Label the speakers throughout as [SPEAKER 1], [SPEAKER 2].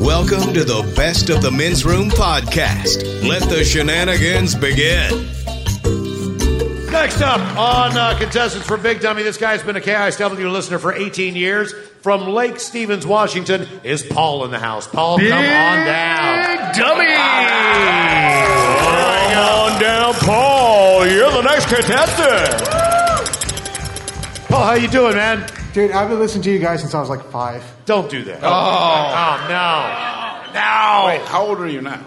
[SPEAKER 1] Welcome to the Best of the Men's Room podcast. Let the shenanigans begin.
[SPEAKER 2] Next up on uh, contestants for Big Dummy, this guy's been a KISW listener for 18 years. From Lake Stevens, Washington, is Paul in the house. Paul, Oh, come on down.
[SPEAKER 3] Dummy!
[SPEAKER 2] Bring on down, Paul. You're the next contestant. Paul, how you doing, man?
[SPEAKER 4] Dude, I've been listening to you guys since I was like five.
[SPEAKER 2] Don't do that. Oh, no. No.
[SPEAKER 3] Oh, Wait, how old are you now?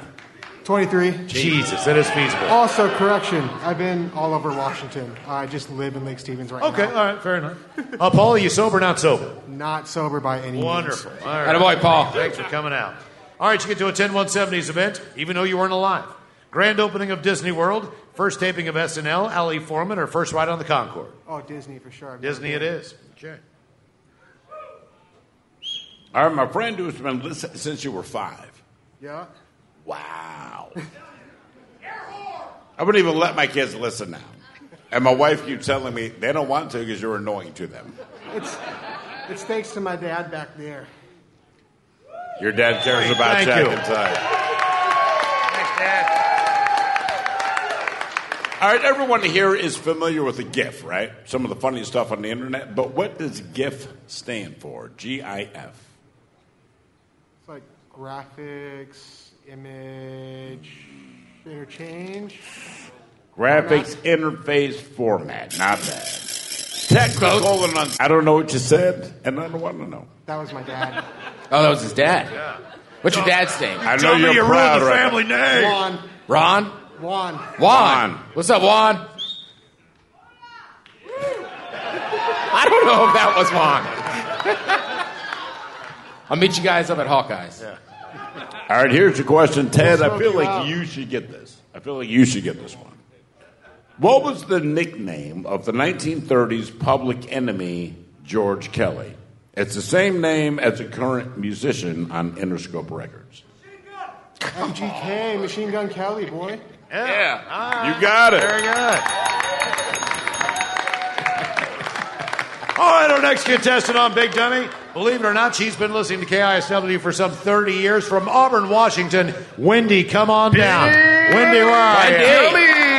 [SPEAKER 4] 23.
[SPEAKER 2] Jesus, that is feasible.
[SPEAKER 4] Also, correction, I've been all over Washington. I just live in Lake Stevens right
[SPEAKER 2] Okay,
[SPEAKER 4] now.
[SPEAKER 2] all right, fair enough. Uh, Paul, are you sober, not sober?
[SPEAKER 4] Not sober by any means.
[SPEAKER 2] Wonderful. All right.
[SPEAKER 3] Attaboy, Paul.
[SPEAKER 2] Thanks for coming out. All right, you get to attend 170's event, even though you weren't alive. Grand opening of Disney World, first taping of SNL, Ali Foreman, or first ride on the Concorde.
[SPEAKER 4] Oh, Disney for sure.
[SPEAKER 2] Disney it is. Okay.
[SPEAKER 3] All right, my friend who's been listening since you were five.
[SPEAKER 4] Yeah.
[SPEAKER 3] Wow. I wouldn't even let my kids listen now. And my wife keeps telling me they don't want to because you're annoying to them.
[SPEAKER 4] It's, it's thanks to my dad back there.
[SPEAKER 3] Your dad cares about
[SPEAKER 2] Thank
[SPEAKER 3] Jack
[SPEAKER 2] you.
[SPEAKER 3] and Ty. All right, everyone here is familiar with the GIF, right? Some of the funniest stuff on the internet. But what does GIF stand for? G I F.
[SPEAKER 4] It's like graphics, image, interchange.
[SPEAKER 3] Graphics interface format. Not bad. Technical and un- I don't know what you said, and I don't want to know.
[SPEAKER 4] That was my dad.
[SPEAKER 5] Oh, that was his dad. What's your dad's name?
[SPEAKER 3] I know you're proud of family name.
[SPEAKER 4] Juan.
[SPEAKER 5] Ron?
[SPEAKER 4] Juan.
[SPEAKER 5] Juan.
[SPEAKER 3] Juan.
[SPEAKER 5] What's up, Juan? I don't know if that was Juan. I'll meet you guys up at Hawkeyes.
[SPEAKER 3] All right, here's your question, Ted. I feel
[SPEAKER 4] you
[SPEAKER 3] like
[SPEAKER 4] out.
[SPEAKER 3] you should get this. I feel like you should get this one. What was the nickname of the 1930s public enemy George Kelly? It's the same name as a current musician on Interscope Records.
[SPEAKER 4] MGK, Machine Gun Kelly, boy.
[SPEAKER 2] Yeah.
[SPEAKER 3] You got it.
[SPEAKER 2] Very good. All right, our next contestant on Big Dummy. Believe it or not, she's been listening to KISW for some 30 years from Auburn, Washington. Wendy, come on down. Wendy, where are you?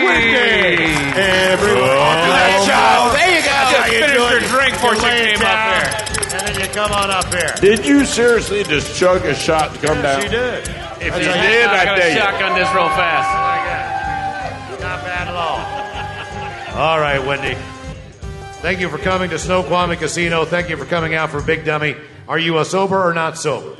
[SPEAKER 2] Wendy! Everyone.
[SPEAKER 3] Good job. Oh, There you go. Just
[SPEAKER 2] You
[SPEAKER 3] finished
[SPEAKER 2] do it.
[SPEAKER 3] your drink before
[SPEAKER 2] You
[SPEAKER 3] she
[SPEAKER 2] lay it
[SPEAKER 3] came up
[SPEAKER 2] down, And then you come on up here.
[SPEAKER 3] Did you seriously just chug a shot to come down?
[SPEAKER 2] She did.
[SPEAKER 3] If you did, I dare you.
[SPEAKER 6] shotgun this real fast.
[SPEAKER 2] Oh, Not bad at all. All right, Wendy. Thank you for coming to Snoqualmie Casino. Thank you for coming out for Big Dummy. Are you a sober or not sober?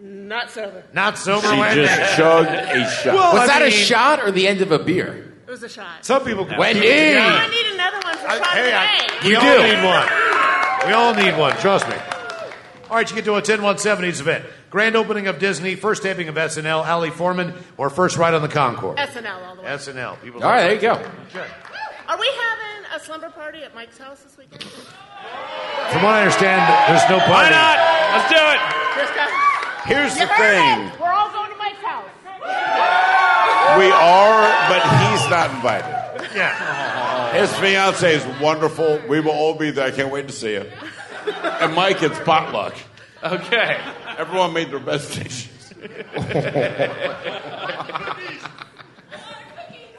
[SPEAKER 7] Not sober.
[SPEAKER 2] Not sober,
[SPEAKER 3] She
[SPEAKER 2] Wendy.
[SPEAKER 3] just chugged a shot.
[SPEAKER 2] Well,
[SPEAKER 5] Was
[SPEAKER 2] I
[SPEAKER 5] that a
[SPEAKER 2] mean-
[SPEAKER 5] shot or the end of a beer?
[SPEAKER 7] It was a shot.
[SPEAKER 2] Some people can
[SPEAKER 5] Wendy!
[SPEAKER 2] keep it
[SPEAKER 7] No,
[SPEAKER 2] together.
[SPEAKER 7] I need another one for
[SPEAKER 2] I-
[SPEAKER 7] shot
[SPEAKER 2] hey, I,
[SPEAKER 7] today.
[SPEAKER 2] we
[SPEAKER 5] You
[SPEAKER 2] all
[SPEAKER 5] do.
[SPEAKER 2] need one. We all need one. Trust me. All right, you get to attend 170's event. Grand opening of Disney, first taping of SNL, Ali Foreman, or first ride on the Concorde.
[SPEAKER 7] SNL all the way.
[SPEAKER 2] SNL. People
[SPEAKER 5] All right, there you go.
[SPEAKER 7] Are we having a slumber party at Mike's house this weekend?
[SPEAKER 2] From what I understand, there's no
[SPEAKER 6] Why
[SPEAKER 2] party.
[SPEAKER 6] not? Let's do it.
[SPEAKER 7] Krista?
[SPEAKER 3] Here's the
[SPEAKER 7] You heard
[SPEAKER 3] thing.
[SPEAKER 7] it. We're all going to Mike's house.
[SPEAKER 3] We are, but he's not invited.
[SPEAKER 2] Yeah.
[SPEAKER 3] His fiance is wonderful. We will all be there. I can't wait to see it. And Mike, it's potluck.
[SPEAKER 6] Okay.
[SPEAKER 3] Everyone made their best dishes. all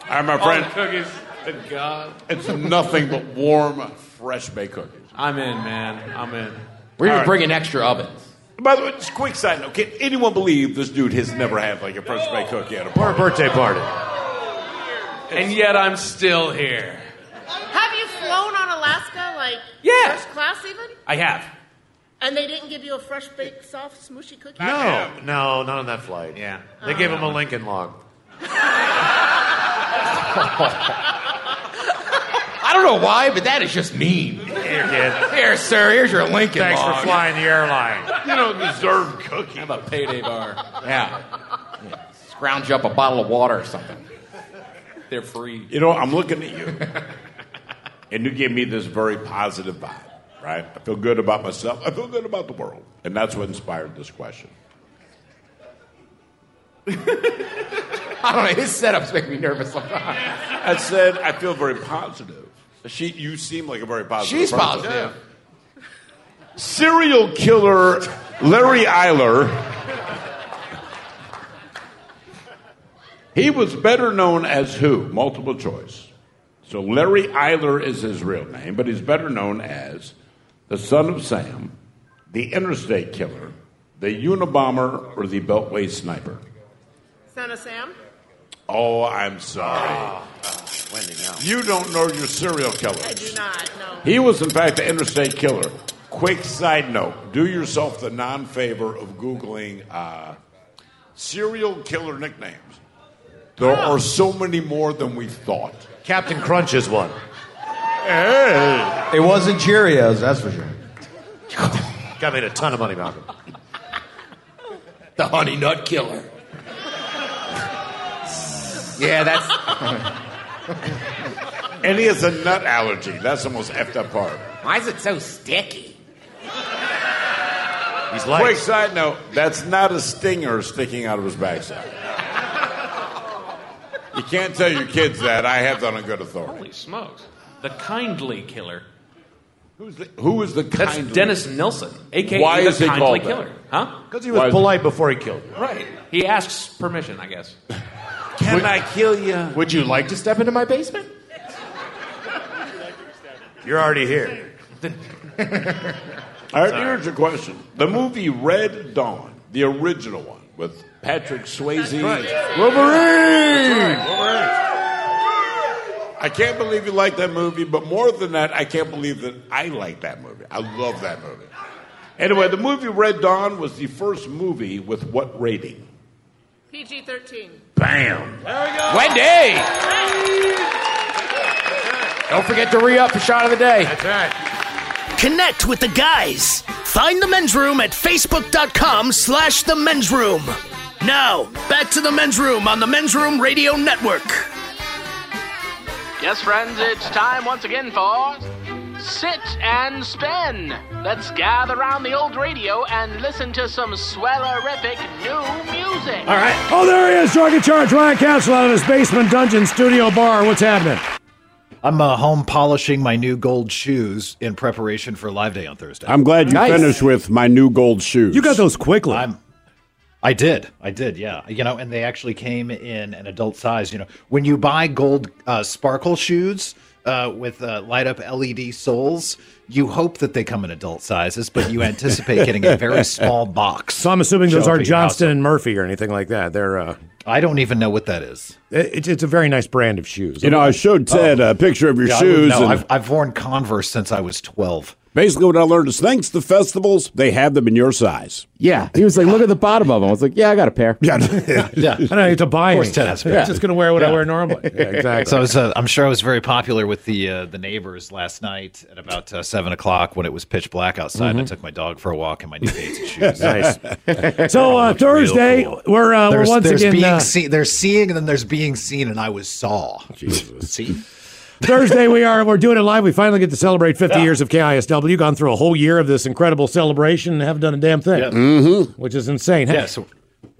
[SPEAKER 3] right, my
[SPEAKER 6] All the
[SPEAKER 3] friend.
[SPEAKER 6] cookies. Good God.
[SPEAKER 3] It's nothing but warm, fresh baked cookies.
[SPEAKER 6] I'm in, man. I'm in.
[SPEAKER 5] We're
[SPEAKER 3] All
[SPEAKER 5] even
[SPEAKER 3] right.
[SPEAKER 5] bringing extra ovens.
[SPEAKER 3] By the way, just a quick side note: Can anyone believe this dude has never had like a fresh baked cookie at a
[SPEAKER 2] Or a
[SPEAKER 3] party?
[SPEAKER 2] birthday party.
[SPEAKER 6] And yet I'm still here.
[SPEAKER 7] Have you flown on Alaska, like
[SPEAKER 6] Yeah.
[SPEAKER 7] first class even?
[SPEAKER 6] I have.
[SPEAKER 7] And they didn't give you a fresh baked soft smooshy cookie?
[SPEAKER 2] No, no, not on that flight. Yeah, they gave him a Lincoln Log.
[SPEAKER 5] I don't know why, but that is just mean.
[SPEAKER 2] Here, kid.
[SPEAKER 5] Here, sir, here's your Lincoln
[SPEAKER 2] Thanks for
[SPEAKER 5] log.
[SPEAKER 2] flying the airline.
[SPEAKER 3] You don't deserve cookie.
[SPEAKER 5] Have a payday bar. Yeah. Yeah. Scrounge up a bottle of water or something. They're free.
[SPEAKER 3] You know, I'm looking at you, and you give me this very positive vibe, right? I feel good about myself. I feel good about the world, and that's what inspired this question.
[SPEAKER 5] I don't know. His setups make me nervous sometimes.
[SPEAKER 3] I said, I feel very positive. She, you seem like a very positive.
[SPEAKER 5] She's
[SPEAKER 3] person.
[SPEAKER 5] positive.
[SPEAKER 3] Serial killer Larry Eiler. He was better known as who? Multiple choice. So Larry Eiler is his real name, but he's better known as the son of Sam, the interstate killer, the Unabomber, or the Beltway sniper.
[SPEAKER 7] Son of Sam?
[SPEAKER 3] Oh, I'm sorry. You don't know your serial killers.
[SPEAKER 7] I do not, no.
[SPEAKER 3] He was, in fact, the interstate killer. Quick side note do yourself the non favor of Googling uh, serial killer nicknames. There are so many more than we thought.
[SPEAKER 2] Captain Crunch is one.
[SPEAKER 8] It wasn't Cheerios, that's for sure.
[SPEAKER 2] Got made a ton of money, Malcolm.
[SPEAKER 5] The honey nut killer. yeah, that's.
[SPEAKER 3] And he has a nut allergy. That's the most effed up part.
[SPEAKER 5] Why is it so sticky?
[SPEAKER 2] He's
[SPEAKER 3] Quick
[SPEAKER 2] like,
[SPEAKER 3] side note that's not a stinger sticking out of his backside. You can't tell your kids that. I have that on good authority.
[SPEAKER 6] Holy smokes. The kindly killer.
[SPEAKER 3] Who's the, who is the
[SPEAKER 6] That's
[SPEAKER 3] kindly-
[SPEAKER 6] Dennis Nilsson, aka
[SPEAKER 3] Why
[SPEAKER 6] E the
[SPEAKER 3] is he
[SPEAKER 6] kindly
[SPEAKER 3] called that?
[SPEAKER 6] killer. Huh?
[SPEAKER 2] because he
[SPEAKER 3] Why
[SPEAKER 2] was
[SPEAKER 3] is-
[SPEAKER 2] polite before he killed you.
[SPEAKER 6] Right. He asks permission, I guess.
[SPEAKER 3] Can I kill you?
[SPEAKER 5] Would you like to step into my basement?
[SPEAKER 2] You're already here.
[SPEAKER 3] All right, here's your question. The movie Red Dawn, the original one, with Patrick Swayze. Wolverine! I can't believe you like that movie, but more than that, I can't believe that I like that movie. I love that movie. Anyway, the movie Red Dawn was the first movie with what rating?
[SPEAKER 7] PG 13.
[SPEAKER 3] Bam!
[SPEAKER 5] Wendy! Don't forget to re up the shot of the day.
[SPEAKER 2] That's right.
[SPEAKER 9] Connect with the guys. Find the men's room at facebook.com slash the men's room. Now, back to the men's room on the men's room radio network.
[SPEAKER 10] Yes, friends, it's time once again for Sit and Spin. Let's gather around the old radio and listen to some swellerific new music.
[SPEAKER 2] All right. Oh, there he is, drug in charge, Ryan Castle out of his basement dungeon studio bar. What's happening?
[SPEAKER 8] I'm uh, home polishing my new gold shoes in preparation for Live Day on Thursday.
[SPEAKER 3] I'm glad you finished with my new gold shoes.
[SPEAKER 2] those quickly.
[SPEAKER 8] I'm- I did. I did. Yeah. You know, and they actually came in an adult size. You know, when you buy gold uh, sparkle shoes uh, with uh, light up LED soles, you hope that they come in adult sizes, but you anticipate getting a very small box.
[SPEAKER 2] So I'm assuming
[SPEAKER 8] show
[SPEAKER 2] those
[SPEAKER 8] up
[SPEAKER 2] aren't
[SPEAKER 8] at your house.
[SPEAKER 2] Johnston and Murphy or anything like that. They're uh,
[SPEAKER 8] I don't even know what that is.
[SPEAKER 2] it- it's it's a very nice brand of shoes. Oh.
[SPEAKER 9] You know, I showed Ted
[SPEAKER 8] uh,
[SPEAKER 9] a picture of
[SPEAKER 8] Oh.
[SPEAKER 9] your
[SPEAKER 8] Yeah, I wouldn't
[SPEAKER 9] shoes,
[SPEAKER 8] know.
[SPEAKER 9] and
[SPEAKER 8] I've, I've worn Converse since I was 12.
[SPEAKER 9] basically what I learned is thanks to festivals, they have them in your size.
[SPEAKER 5] Yeah. He was like, look at the bottom of them. I was like, yeah, I got a pair.
[SPEAKER 9] Yeah.
[SPEAKER 8] Yeah.
[SPEAKER 2] I don't need to buy
[SPEAKER 8] Of course,
[SPEAKER 2] anything.
[SPEAKER 8] tennis
[SPEAKER 2] I'm
[SPEAKER 8] pants.
[SPEAKER 2] just going to wear what I wear normally. Yeah, exactly.
[SPEAKER 8] So I was, uh, I'm sure I was very popular with the uh, the neighbors last night at about uh, seven o'clock when it was pitch black outside. I took my dog for a walk in my new Bates shoes.
[SPEAKER 2] Mm-hmm. nice. So uh, Thursday,
[SPEAKER 8] cool.
[SPEAKER 2] we're, uh, we're
[SPEAKER 8] There's,
[SPEAKER 2] once
[SPEAKER 8] there's
[SPEAKER 2] again
[SPEAKER 8] being
[SPEAKER 2] uh,
[SPEAKER 8] seen, there's seeing, and then there's being seen, and I was saw. Jesus, see,
[SPEAKER 2] Thursday. We are we're doing it live. We finally get to celebrate 50 years of KISW. Gone through a whole year of this incredible celebration and haven't done a damn thing, which is insane. Hey,
[SPEAKER 8] yeah. So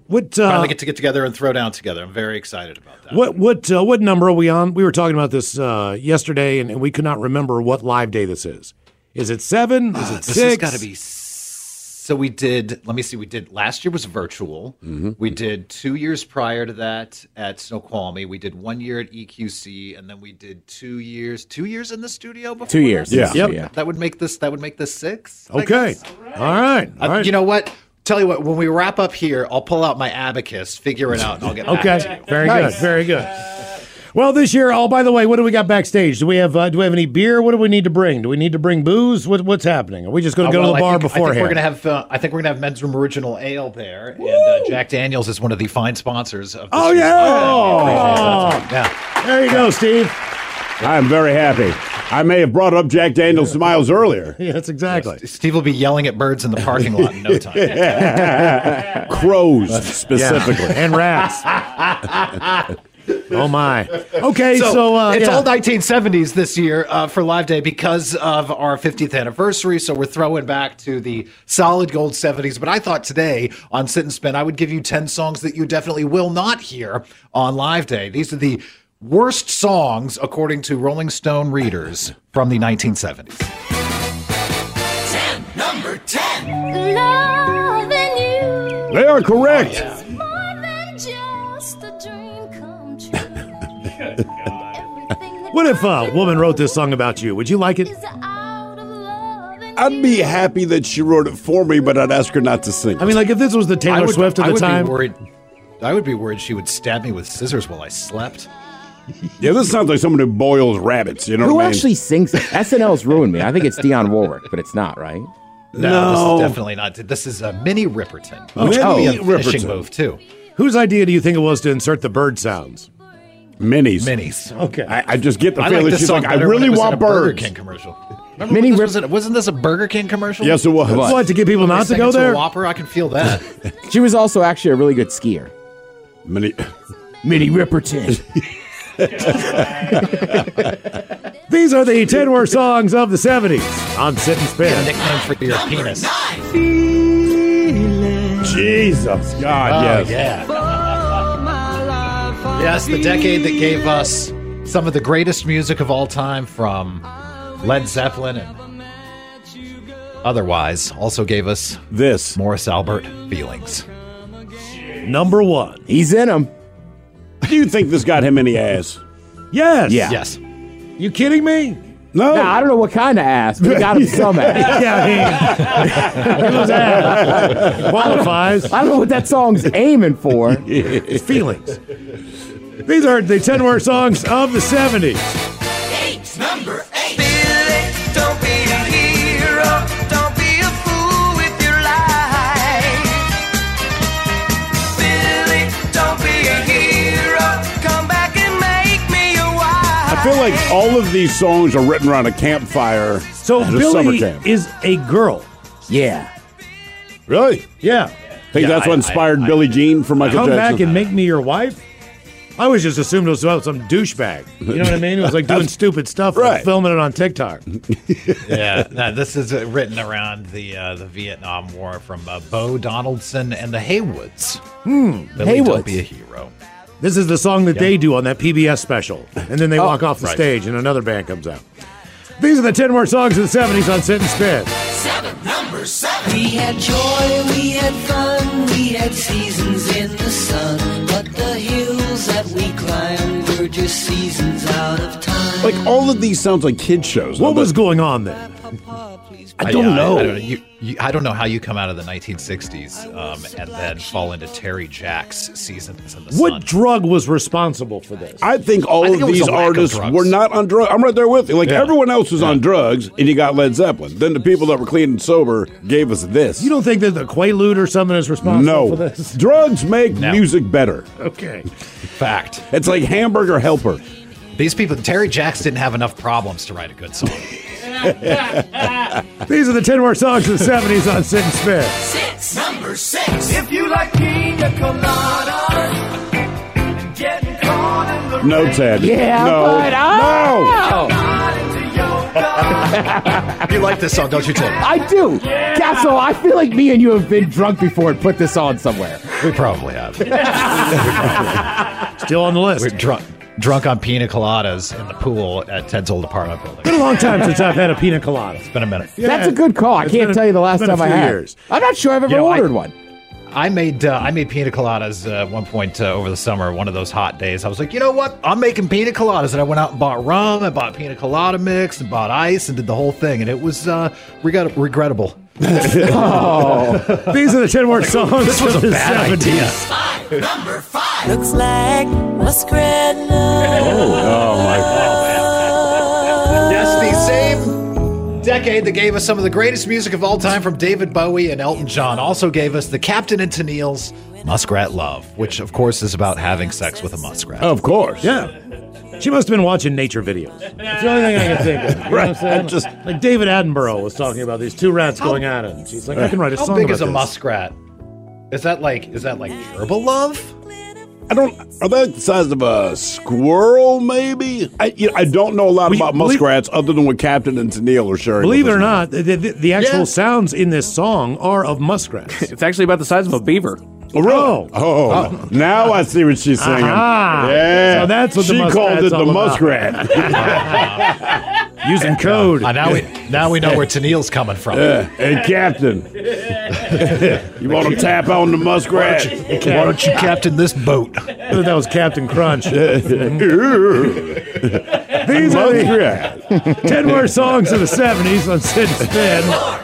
[SPEAKER 2] What uh,
[SPEAKER 8] finally get to get together and throw down together. I'm very excited about that.
[SPEAKER 2] What what uh, what number are we on? We were talking about this uh, yesterday, and, and we could not remember what live day this is. Is it seven? Is it
[SPEAKER 8] Ah, This
[SPEAKER 2] six?
[SPEAKER 8] has got to be So we did. Let me see. We did last year was virtual.
[SPEAKER 2] Mm-hmm.
[SPEAKER 8] We did two years prior to that at Snoqualmie. We did one year at EQC, and then we did two years. Two years in the studio. Before
[SPEAKER 2] Two years in the
[SPEAKER 8] That?
[SPEAKER 2] Yeah. Yep. studio.
[SPEAKER 8] That would make this. That would make this six. I
[SPEAKER 2] Okay.
[SPEAKER 8] guess.
[SPEAKER 2] All right.
[SPEAKER 8] Uh,
[SPEAKER 2] All right.
[SPEAKER 8] You know what? Tell you what. When we wrap up here, I'll pull out my abacus, figure it out, and I'll get back
[SPEAKER 2] okay.
[SPEAKER 8] to you.
[SPEAKER 2] Very good. Very good. Well, this year. Oh, by the way, what do we got backstage? Do we have uh, Do we have any beer? What do we need to bring? Do we need to bring booze? What, what's happening? Are we just going
[SPEAKER 8] Uh,
[SPEAKER 2] to go
[SPEAKER 8] well,
[SPEAKER 2] to the bar
[SPEAKER 8] I think, I
[SPEAKER 2] beforehand?
[SPEAKER 8] think we're gonna have. Uh, I think we're gonna have Men's Room Original Ale there, and uh, Jack Daniels is one of the fine sponsors of. This
[SPEAKER 2] Oh,
[SPEAKER 8] year's
[SPEAKER 2] yeah! Oh!
[SPEAKER 8] lineup. We appreciate that. Yeah.
[SPEAKER 2] There you go, Steve.
[SPEAKER 3] I'm very happy. I may have brought up Jack Daniels to Miles earlier.
[SPEAKER 2] Yes, exactly.
[SPEAKER 8] Steve will be yelling at birds in the parking lot in no time.
[SPEAKER 3] Crows specifically.
[SPEAKER 2] and rats. oh my. Okay, so, uh,
[SPEAKER 8] it's
[SPEAKER 2] yeah.
[SPEAKER 8] all 1970s this year uh, for Live Day because of our 50th anniversary. So we're throwing back to the solid gold 70s. But I thought today on Sit and Spin, I would give you 10 songs that you definitely will not hear on Live Day. These are the worst songs according to Rolling Stone readers from the 1970s.
[SPEAKER 11] Number 10.
[SPEAKER 12] Loving you
[SPEAKER 3] They are correct.
[SPEAKER 12] is more than just a dream come true.
[SPEAKER 2] What if a woman wrote this song about you? Would you like it?
[SPEAKER 3] I'd be happy that she wrote it for me, but I'd ask her not to sing.
[SPEAKER 2] I mean, like if this was the
[SPEAKER 8] I
[SPEAKER 2] Taylor
[SPEAKER 8] would-
[SPEAKER 2] Swift of
[SPEAKER 8] I
[SPEAKER 2] the
[SPEAKER 8] would be
[SPEAKER 2] time.
[SPEAKER 8] worried- I would be worried she would stab me with scissors while I slept.
[SPEAKER 3] yeah, this sounds like someone who boils rabbits. You know
[SPEAKER 2] Who
[SPEAKER 3] what I mean?
[SPEAKER 2] actually
[SPEAKER 5] sings it? SNL's ruined me. I think it's Dionne Warwick, but it's not, right?
[SPEAKER 8] No, this is definitely not. This is a mini Ripperton,
[SPEAKER 3] Oh,
[SPEAKER 8] which
[SPEAKER 2] Minnie
[SPEAKER 8] would be a finishing
[SPEAKER 2] Riperton.
[SPEAKER 8] move too.
[SPEAKER 2] Whose idea do you think it was to insert the bird sounds?
[SPEAKER 3] Minis.
[SPEAKER 8] Minis.
[SPEAKER 2] Okay.
[SPEAKER 3] I, I just get the
[SPEAKER 8] I
[SPEAKER 3] feeling
[SPEAKER 8] like this
[SPEAKER 3] she's
[SPEAKER 8] song
[SPEAKER 3] like, I
[SPEAKER 8] better when
[SPEAKER 3] really
[SPEAKER 8] it was in
[SPEAKER 3] want
[SPEAKER 8] a Burger
[SPEAKER 3] birds.
[SPEAKER 8] King commercial. Remember Mini this was in- wasn't this a Burger King commercial?
[SPEAKER 3] Yes, it was.
[SPEAKER 5] It was.
[SPEAKER 2] What, to get people
[SPEAKER 8] When they
[SPEAKER 2] not to
[SPEAKER 8] sang
[SPEAKER 2] go
[SPEAKER 8] it
[SPEAKER 2] there?
[SPEAKER 8] A Whopper, I can feel that.
[SPEAKER 5] She was also actually a really good skier.
[SPEAKER 3] Mini,
[SPEAKER 5] Minnie Ripperton.
[SPEAKER 2] These are the 10 worst songs of the 70s on Sit and
[SPEAKER 8] Get a
[SPEAKER 2] Spin.
[SPEAKER 8] nickname for your penis.
[SPEAKER 3] Jesus,
[SPEAKER 8] Oh,
[SPEAKER 3] God,
[SPEAKER 8] yeah.
[SPEAKER 3] yes.
[SPEAKER 8] yes, the decade that gave us some of the greatest music of all time from Led Zeppelin and otherwise also gave us
[SPEAKER 3] this
[SPEAKER 8] Morris Albert feelings.
[SPEAKER 2] Number one.
[SPEAKER 3] He's in him. Do you think this got him any ass?
[SPEAKER 2] Yes.
[SPEAKER 3] Yeah.
[SPEAKER 8] Yes.
[SPEAKER 2] You kidding me?
[SPEAKER 3] No.
[SPEAKER 5] Nah, I don't know what kind of ass, but it got him some ass.
[SPEAKER 2] yeah, I mean, it was that. Qualifies.
[SPEAKER 5] I don't know what that song's aiming for.
[SPEAKER 2] Feelings. These are the 10 worst songs of the 70s.
[SPEAKER 11] Number 8. don't be a hero. Don't be a fool with your life. Billy, don't be a hero. Come back and make me your wife.
[SPEAKER 3] I feel like all of these songs are written around a campfire
[SPEAKER 2] So
[SPEAKER 3] at a summer
[SPEAKER 2] Oh, Billy
[SPEAKER 3] camp.
[SPEAKER 2] is a girl.
[SPEAKER 5] Yeah.
[SPEAKER 3] Really?
[SPEAKER 2] Yeah.
[SPEAKER 3] Think
[SPEAKER 2] Yeah,
[SPEAKER 3] that's
[SPEAKER 2] I-
[SPEAKER 3] what inspired
[SPEAKER 2] I-
[SPEAKER 3] Billie Jean for Michael
[SPEAKER 2] Come
[SPEAKER 3] Jackson?
[SPEAKER 2] back and make me your wife? I always just assumed it was about some douchebag. You know what I mean? It was like doing
[SPEAKER 3] That's-
[SPEAKER 2] stupid stuff and
[SPEAKER 3] right.
[SPEAKER 2] filming it on TikTok.
[SPEAKER 8] yeah, no, this is uh, written around the uh, the Vietnam War from uh, Bo Donaldson and the Haywoods.
[SPEAKER 2] Hmm.
[SPEAKER 8] Billy, don't be a hero.
[SPEAKER 2] This is the song that
[SPEAKER 8] Yeah.
[SPEAKER 2] they do on that PBS special. And then they
[SPEAKER 3] Oh.
[SPEAKER 2] walk off the
[SPEAKER 8] right.
[SPEAKER 2] stage and another band comes out. These are the 10 worst songs of the 70s on Sit and Spin.
[SPEAKER 11] Seven, number seven. We had joy, we had fun, we had seasons in the sun, but the hills that we climbed were just seasons out of time.
[SPEAKER 3] Like all of these sounds like kid shows.
[SPEAKER 2] What was going on then?
[SPEAKER 3] I don't know.
[SPEAKER 8] I, don't, you, you, I don't know how you come out of the 1960s um, and then fall into Terry Jack's seasons in the
[SPEAKER 2] What
[SPEAKER 8] sun.
[SPEAKER 2] drug was responsible for this?
[SPEAKER 3] I think all
[SPEAKER 8] I think it
[SPEAKER 3] of
[SPEAKER 8] was
[SPEAKER 3] these
[SPEAKER 8] a whack of
[SPEAKER 3] artists
[SPEAKER 8] drugs.
[SPEAKER 3] were not on drugs. I'm right there with you. Like
[SPEAKER 2] Yeah.
[SPEAKER 3] everyone else was on drugs, and you got Led Zeppelin. Then the people that were clean and sober gave us this.
[SPEAKER 2] You don't think that the Quaalude or something is responsible
[SPEAKER 3] no,
[SPEAKER 2] for this?
[SPEAKER 3] drugs make
[SPEAKER 8] No.
[SPEAKER 3] music better.
[SPEAKER 2] Okay.
[SPEAKER 8] Fact.
[SPEAKER 3] It's like hamburger helper.
[SPEAKER 8] These people, Terry Jacks didn't have enough problems to write a good song.
[SPEAKER 11] Ah,
[SPEAKER 2] These are the 10 worst songs of the 70s on Sit and Spin.
[SPEAKER 11] Six, number six. If you like pina coladas, getting caught in the
[SPEAKER 3] No, Ted. no.
[SPEAKER 8] you like this song, don't you, Tim?
[SPEAKER 5] I do. Castle, I feel like me and you have been drunk before and put this on somewhere.
[SPEAKER 8] We probably have.
[SPEAKER 2] Still on the list.
[SPEAKER 8] We're drunk. drunk on pina coladas in the pool at Ted's old apartment building.
[SPEAKER 2] Been a long time since I've had a pina colada.
[SPEAKER 8] It's been a minute.
[SPEAKER 13] That's a good call. I
[SPEAKER 8] It's
[SPEAKER 13] can't
[SPEAKER 8] been a-
[SPEAKER 13] tell you the last
[SPEAKER 8] been a
[SPEAKER 13] time I
[SPEAKER 8] few
[SPEAKER 13] had.
[SPEAKER 8] years.
[SPEAKER 13] I'm not sure I've ever
[SPEAKER 8] You know, I-
[SPEAKER 13] ordered one.
[SPEAKER 8] I made uh, I made pina coladas uh, at one point uh, over the summer, one of those hot days. I was like, you know what? I'm making pina coladas, and I went out and bought rum, I bought pina colada mix, and bought ice, and did the whole thing, and it was uh, regret- regrettable. Oh.
[SPEAKER 3] Oh.
[SPEAKER 2] These are the ten worst songs.
[SPEAKER 8] This was a
[SPEAKER 2] of the
[SPEAKER 8] bad idea.
[SPEAKER 2] 70s.
[SPEAKER 14] Looks like muskrat love.
[SPEAKER 8] Oh my That's the same decade that gave us some of the greatest music of all time from David Bowie and Elton John. Also gave us the Captain and Tennille's Muskrat Love, which of course is about having sex with a muskrat.
[SPEAKER 2] Of course. Yeah. She must have been watching nature videos. That's the only thing I can think of. You know what I'm
[SPEAKER 8] Right.
[SPEAKER 2] saying?
[SPEAKER 8] Just-
[SPEAKER 2] like David Attenborough was talking about these two rats going at it. And she's like, I can write a
[SPEAKER 8] How
[SPEAKER 2] song
[SPEAKER 8] big
[SPEAKER 2] about
[SPEAKER 8] is a
[SPEAKER 2] this.
[SPEAKER 8] muskrat? Is that like is that like gerbil love?
[SPEAKER 3] I don't. Are they the size of a squirrel? Maybe. I, you know, I don't know a lot about
[SPEAKER 2] believe-
[SPEAKER 3] muskrats other than what Captain and Tennille are sharing.
[SPEAKER 2] Believe it
[SPEAKER 3] with us
[SPEAKER 2] or
[SPEAKER 3] now.
[SPEAKER 2] not, the, the, the actual
[SPEAKER 3] Yeah.
[SPEAKER 2] sounds in this song are of muskrats.
[SPEAKER 3] It's actually about the size of a beaver. Oh, really? Oh, now I see what she's singing.
[SPEAKER 2] Aha.
[SPEAKER 3] Yeah,
[SPEAKER 2] So that's what the
[SPEAKER 3] she called
[SPEAKER 2] muskrat's
[SPEAKER 3] it the
[SPEAKER 2] all about.
[SPEAKER 3] muskrat.
[SPEAKER 2] Using code.
[SPEAKER 8] Uh, now we now we know where Tennille's coming from.
[SPEAKER 3] Yeah. Hey, Captain, you want to tap on the muskrat?
[SPEAKER 8] Why don't you- why don't you captain this boat?
[SPEAKER 2] that was Captain Crunch. These are the
[SPEAKER 3] Muskrat.
[SPEAKER 2] 10 worst songs of the 70s on Sid and Spin.
[SPEAKER 15] Oh,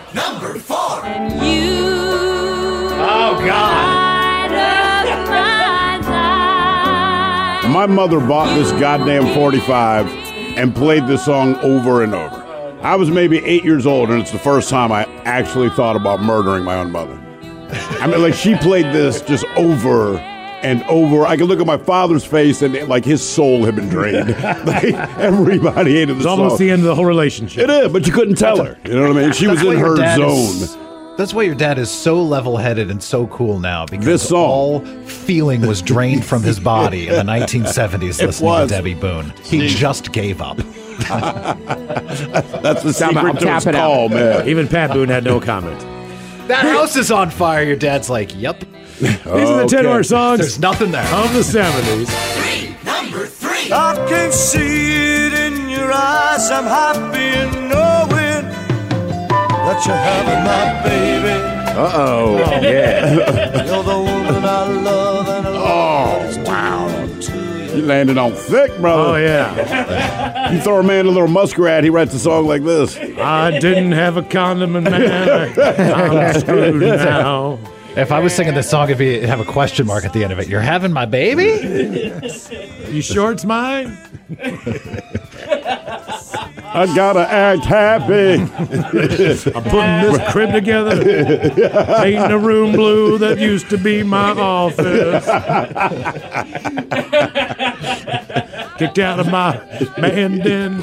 [SPEAKER 15] God.
[SPEAKER 3] My mother bought this goddamn 45 and played this song over and over. I was maybe eight years old, and it's the first time I actually thought about murdering my own mother. I mean, like, she played this just over and over. I could look at my father's face, and like his soul had been drained. Like, everybody hated the
[SPEAKER 2] It's
[SPEAKER 3] song.
[SPEAKER 2] almost the end of the whole relationship.
[SPEAKER 3] It is, but you couldn't tell her. You know what I mean? She was
[SPEAKER 8] That's why
[SPEAKER 3] in
[SPEAKER 8] your
[SPEAKER 3] her
[SPEAKER 8] dad
[SPEAKER 3] zone.
[SPEAKER 8] is- that's why your dad is so level-headed and so cool now because
[SPEAKER 3] This song.
[SPEAKER 8] all feeling was drained from his body in the 1970s
[SPEAKER 3] It
[SPEAKER 8] listening
[SPEAKER 3] was.
[SPEAKER 8] to Debbie Boone. He just gave up.
[SPEAKER 3] That's the
[SPEAKER 8] Time out,
[SPEAKER 3] secret to
[SPEAKER 8] tap
[SPEAKER 3] his
[SPEAKER 8] it out.
[SPEAKER 3] call, man.
[SPEAKER 2] Even Pat Boone had no comment.
[SPEAKER 8] That house is on fire. Your dad's like, "Yep." These
[SPEAKER 2] These are the 10 worst songs.
[SPEAKER 8] There's nothing there.
[SPEAKER 2] Of the 70s.
[SPEAKER 11] I can see it in your eyes. I'm happy in knowing that you're having my baby.
[SPEAKER 3] Uh oh. Yeah.
[SPEAKER 11] You're the woman I love and I love.
[SPEAKER 3] oh, wow. You landed on thick, brother.
[SPEAKER 2] Oh, yeah.
[SPEAKER 3] you throw a man a little muskrat, he writes a song like this.
[SPEAKER 2] I didn't have a condom in man. I'm screwed now.
[SPEAKER 8] If I was singing this song, it'd, be, it'd have a question mark at the end of it. You're having my baby?
[SPEAKER 2] You shorts mine?
[SPEAKER 3] I gotta act happy.
[SPEAKER 2] I'm putting this crib together, painting the room blue that used to be my office. Kicked out of my man den,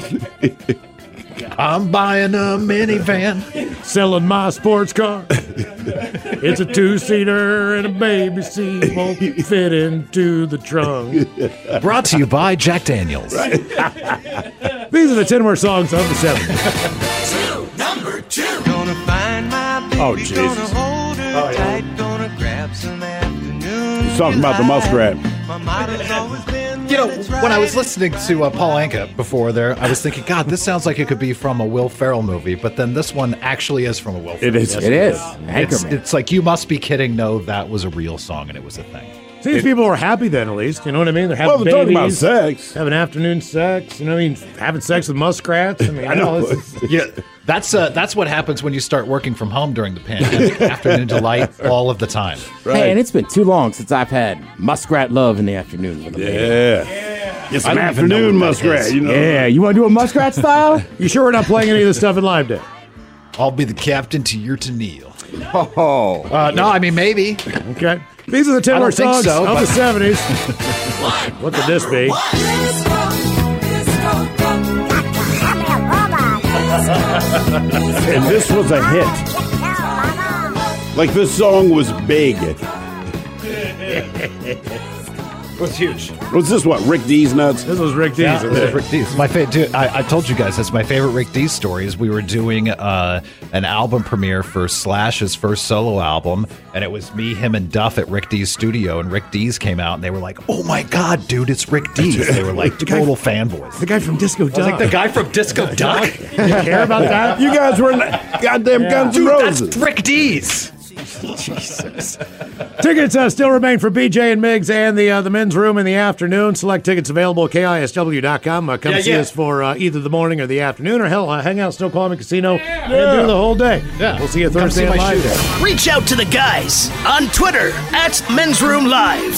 [SPEAKER 8] I'm buying a minivan.
[SPEAKER 2] selling my sports car. It's a two seater and a baby seat won't fit into the trunk.
[SPEAKER 8] Brought to you by Jack Daniels.
[SPEAKER 2] These are the 10 worst songs of the 70s.
[SPEAKER 11] Number two. Gonna find my baby.
[SPEAKER 3] Oh, Jesus.
[SPEAKER 11] Gonna hold her tight. Gonna grab some afternoon.
[SPEAKER 3] He's talking about the muskrat.
[SPEAKER 11] My motto's always been.
[SPEAKER 8] You know, when I was listening to uh, Paul Anka before there, I was thinking, God, this sounds like it could be from a Will Ferrell movie, but then this one actually is from a Will Ferrell
[SPEAKER 3] is.
[SPEAKER 8] movie.
[SPEAKER 3] It is.
[SPEAKER 8] It's,
[SPEAKER 3] Anchorman.
[SPEAKER 8] it's like, you must be kidding. No, that was a real song and it was a thing.
[SPEAKER 2] See, these people are happy then, at least. You know what I mean? They're having
[SPEAKER 3] Well, they're talking about
[SPEAKER 2] babies,
[SPEAKER 3] sex.
[SPEAKER 2] having afternoon sex. You know what I mean? Having sex with muskrats. I mean,
[SPEAKER 8] I know.
[SPEAKER 2] all this is-
[SPEAKER 8] Yeah, that's uh, that's what happens when you start working from home during the pandemic. Afternoon delight all of the time.
[SPEAKER 5] Hey, and it's been too long since I've had muskrat love in the afternoon. With a baby.
[SPEAKER 3] Yeah. It's
[SPEAKER 5] I
[SPEAKER 3] an
[SPEAKER 5] don't even know
[SPEAKER 3] afternoon
[SPEAKER 5] what that
[SPEAKER 3] muskrat,
[SPEAKER 5] is.
[SPEAKER 3] you know.
[SPEAKER 5] Yeah, you want to do a muskrat style?
[SPEAKER 2] you sure we're not playing any of this stuff in live day?
[SPEAKER 8] I'll be the captain to your Tennille. Oh, uh, no, I mean maybe.
[SPEAKER 2] Okay, these are the
[SPEAKER 8] I
[SPEAKER 2] ten
[SPEAKER 8] don't
[SPEAKER 2] worst
[SPEAKER 8] think
[SPEAKER 2] songs
[SPEAKER 8] so,
[SPEAKER 2] of
[SPEAKER 8] but-
[SPEAKER 2] the seventies. what could this be?
[SPEAKER 3] And this was a hit. Like, this song was big.
[SPEAKER 16] was huge.
[SPEAKER 17] Was this what Rick D's nuts?
[SPEAKER 16] This was Rick D's.
[SPEAKER 8] Yeah, this is Rick D's. My fa- dude, I, I told you guys that's my favorite Rick D's story. Is we were doing uh, an album premiere for Slash's first solo album, and it was me, him, and Duff at Rick D's studio, and Rick D's came out, and they were like, "Oh my god, dude, it's Rick D's!" They were like
[SPEAKER 16] The guy-
[SPEAKER 8] total fanboys.
[SPEAKER 16] The guy from Disco
[SPEAKER 8] I was like,
[SPEAKER 16] Duck.
[SPEAKER 8] "The guy from Disco Duck."
[SPEAKER 16] You care about that?
[SPEAKER 17] You guys were in the goddamn Guns N'
[SPEAKER 8] Dude,
[SPEAKER 17] Roses.
[SPEAKER 8] that's Rick D's.
[SPEAKER 16] Jesus. Tickets uh, still remain for BJ and Miggs and the uh, the men's room in the afternoon. Select tickets available at KISW.com. Uh, come
[SPEAKER 8] Yeah,
[SPEAKER 16] see
[SPEAKER 8] yeah.
[SPEAKER 16] us for uh, either the morning or the afternoon, or hell, uh, hang out Snoqualmie Casino and do the whole day. Yeah. We'll see you
[SPEAKER 9] Come see
[SPEAKER 16] Thursday
[SPEAKER 9] my
[SPEAKER 16] on Live
[SPEAKER 9] shooter.
[SPEAKER 16] Day.
[SPEAKER 9] Reach out to the guys on Twitter at Men's Room Live.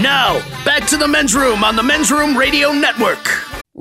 [SPEAKER 9] Now, back to the Men's Room on the Men's Room Radio Network.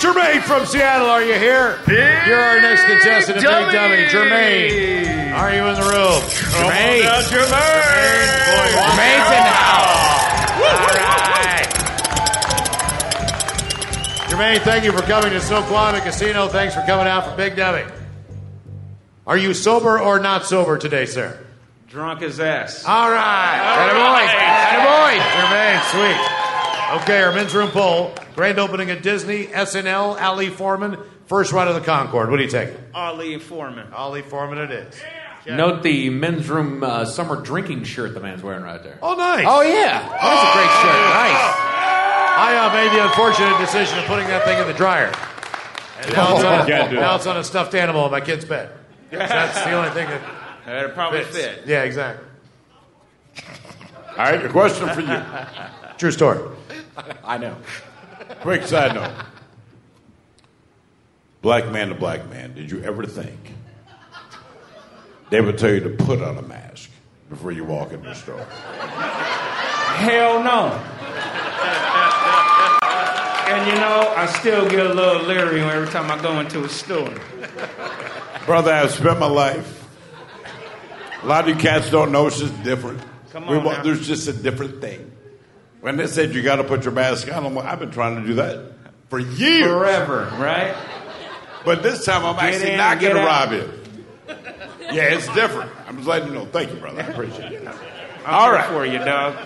[SPEAKER 2] Jermaine from Seattle, are you here? You're our next contestant in Big Dummy. Jermaine, are you in the room? Jermaine. Jermaine. Jermaine's in the Jermaine, thank you for coming to Snoqualmie Casino. Thanks for coming out for Big Dummy. Are you sober or not sober today, sir?
[SPEAKER 6] Drunk as ass.
[SPEAKER 2] All right. Attaboy. Attaboy. Jermaine, sweet. Okay, our men's room poll. Grand opening at Disney, SNL, Ali Foreman, first run of the Concord. What do you take?
[SPEAKER 6] Ali Foreman.
[SPEAKER 2] Ali Foreman it is.
[SPEAKER 5] Note the men's room uh, summer drinking shirt the man's wearing right there.
[SPEAKER 2] Oh, nice.
[SPEAKER 5] Oh, yeah. That's a great shirt. Nice.
[SPEAKER 2] I uh, made the unfortunate decision of putting that thing in the dryer. And now, it's on,
[SPEAKER 5] Can't do
[SPEAKER 2] now
[SPEAKER 5] that.
[SPEAKER 2] it's on a stuffed animal in my kid's bed. So that's the only thing that.
[SPEAKER 6] That'd probably
[SPEAKER 2] fits.
[SPEAKER 6] fit.
[SPEAKER 2] Yeah, exactly.
[SPEAKER 3] All right, a question for you.
[SPEAKER 2] True story.
[SPEAKER 3] I know. Quick side note. Black man to black man, did you ever think they would tell you to put on a mask before you walk in the store?
[SPEAKER 6] Hell no. and you know, I still get a little leery every time I go into a store.
[SPEAKER 3] Brother, I've spent my life. A lot of you cats don't know it's just different.
[SPEAKER 6] Come
[SPEAKER 3] We
[SPEAKER 6] on
[SPEAKER 3] wa-
[SPEAKER 6] now.
[SPEAKER 3] There's just a different thing. When they said you got to put your mask on, I'm like, I've been trying to do that for years.
[SPEAKER 6] Forever, right?
[SPEAKER 3] But this time I'm
[SPEAKER 6] Get
[SPEAKER 3] actually
[SPEAKER 6] in,
[SPEAKER 3] not
[SPEAKER 6] get
[SPEAKER 3] going to
[SPEAKER 6] out.
[SPEAKER 3] rob you. Yeah, it's different. I'm just letting you know. Thank you, brother. I appreciate it. All right.
[SPEAKER 6] for you, dog.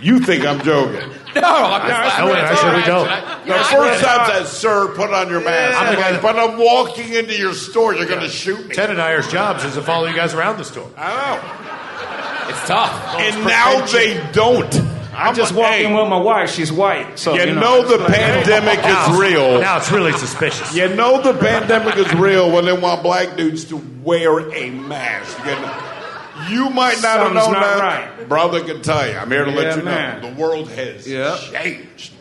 [SPEAKER 3] You think I'm joking.
[SPEAKER 6] No, Oh, I'm not.
[SPEAKER 3] No,
[SPEAKER 6] It's
[SPEAKER 3] actually,
[SPEAKER 6] all
[SPEAKER 3] we
[SPEAKER 6] right.
[SPEAKER 3] don't.
[SPEAKER 6] I-
[SPEAKER 3] The
[SPEAKER 6] I-
[SPEAKER 3] first
[SPEAKER 6] I-
[SPEAKER 3] time I said, sir, put on your mask.
[SPEAKER 2] I'm the guy
[SPEAKER 3] I'm like, but I'm walking into your store. You're going to shoot me.
[SPEAKER 2] Ted and I's jobs is to follow you guys around the store.
[SPEAKER 3] I
[SPEAKER 2] know. It's tough.
[SPEAKER 3] And now they don't.
[SPEAKER 6] I'm, just walking with my wife. She's white, so
[SPEAKER 3] you
[SPEAKER 6] you,
[SPEAKER 3] know the
[SPEAKER 6] it's like, hey.
[SPEAKER 3] pandemic is real.
[SPEAKER 2] it's really suspicious.
[SPEAKER 3] You know the pandemic is real when they want black dudes to wear a mask. You, know, you might not have
[SPEAKER 6] Something's
[SPEAKER 3] known
[SPEAKER 6] not
[SPEAKER 3] that.
[SPEAKER 6] right.
[SPEAKER 3] Brother can tell you. I'm here to
[SPEAKER 6] Yeah,
[SPEAKER 3] let you
[SPEAKER 6] man.
[SPEAKER 3] know. The world has changed.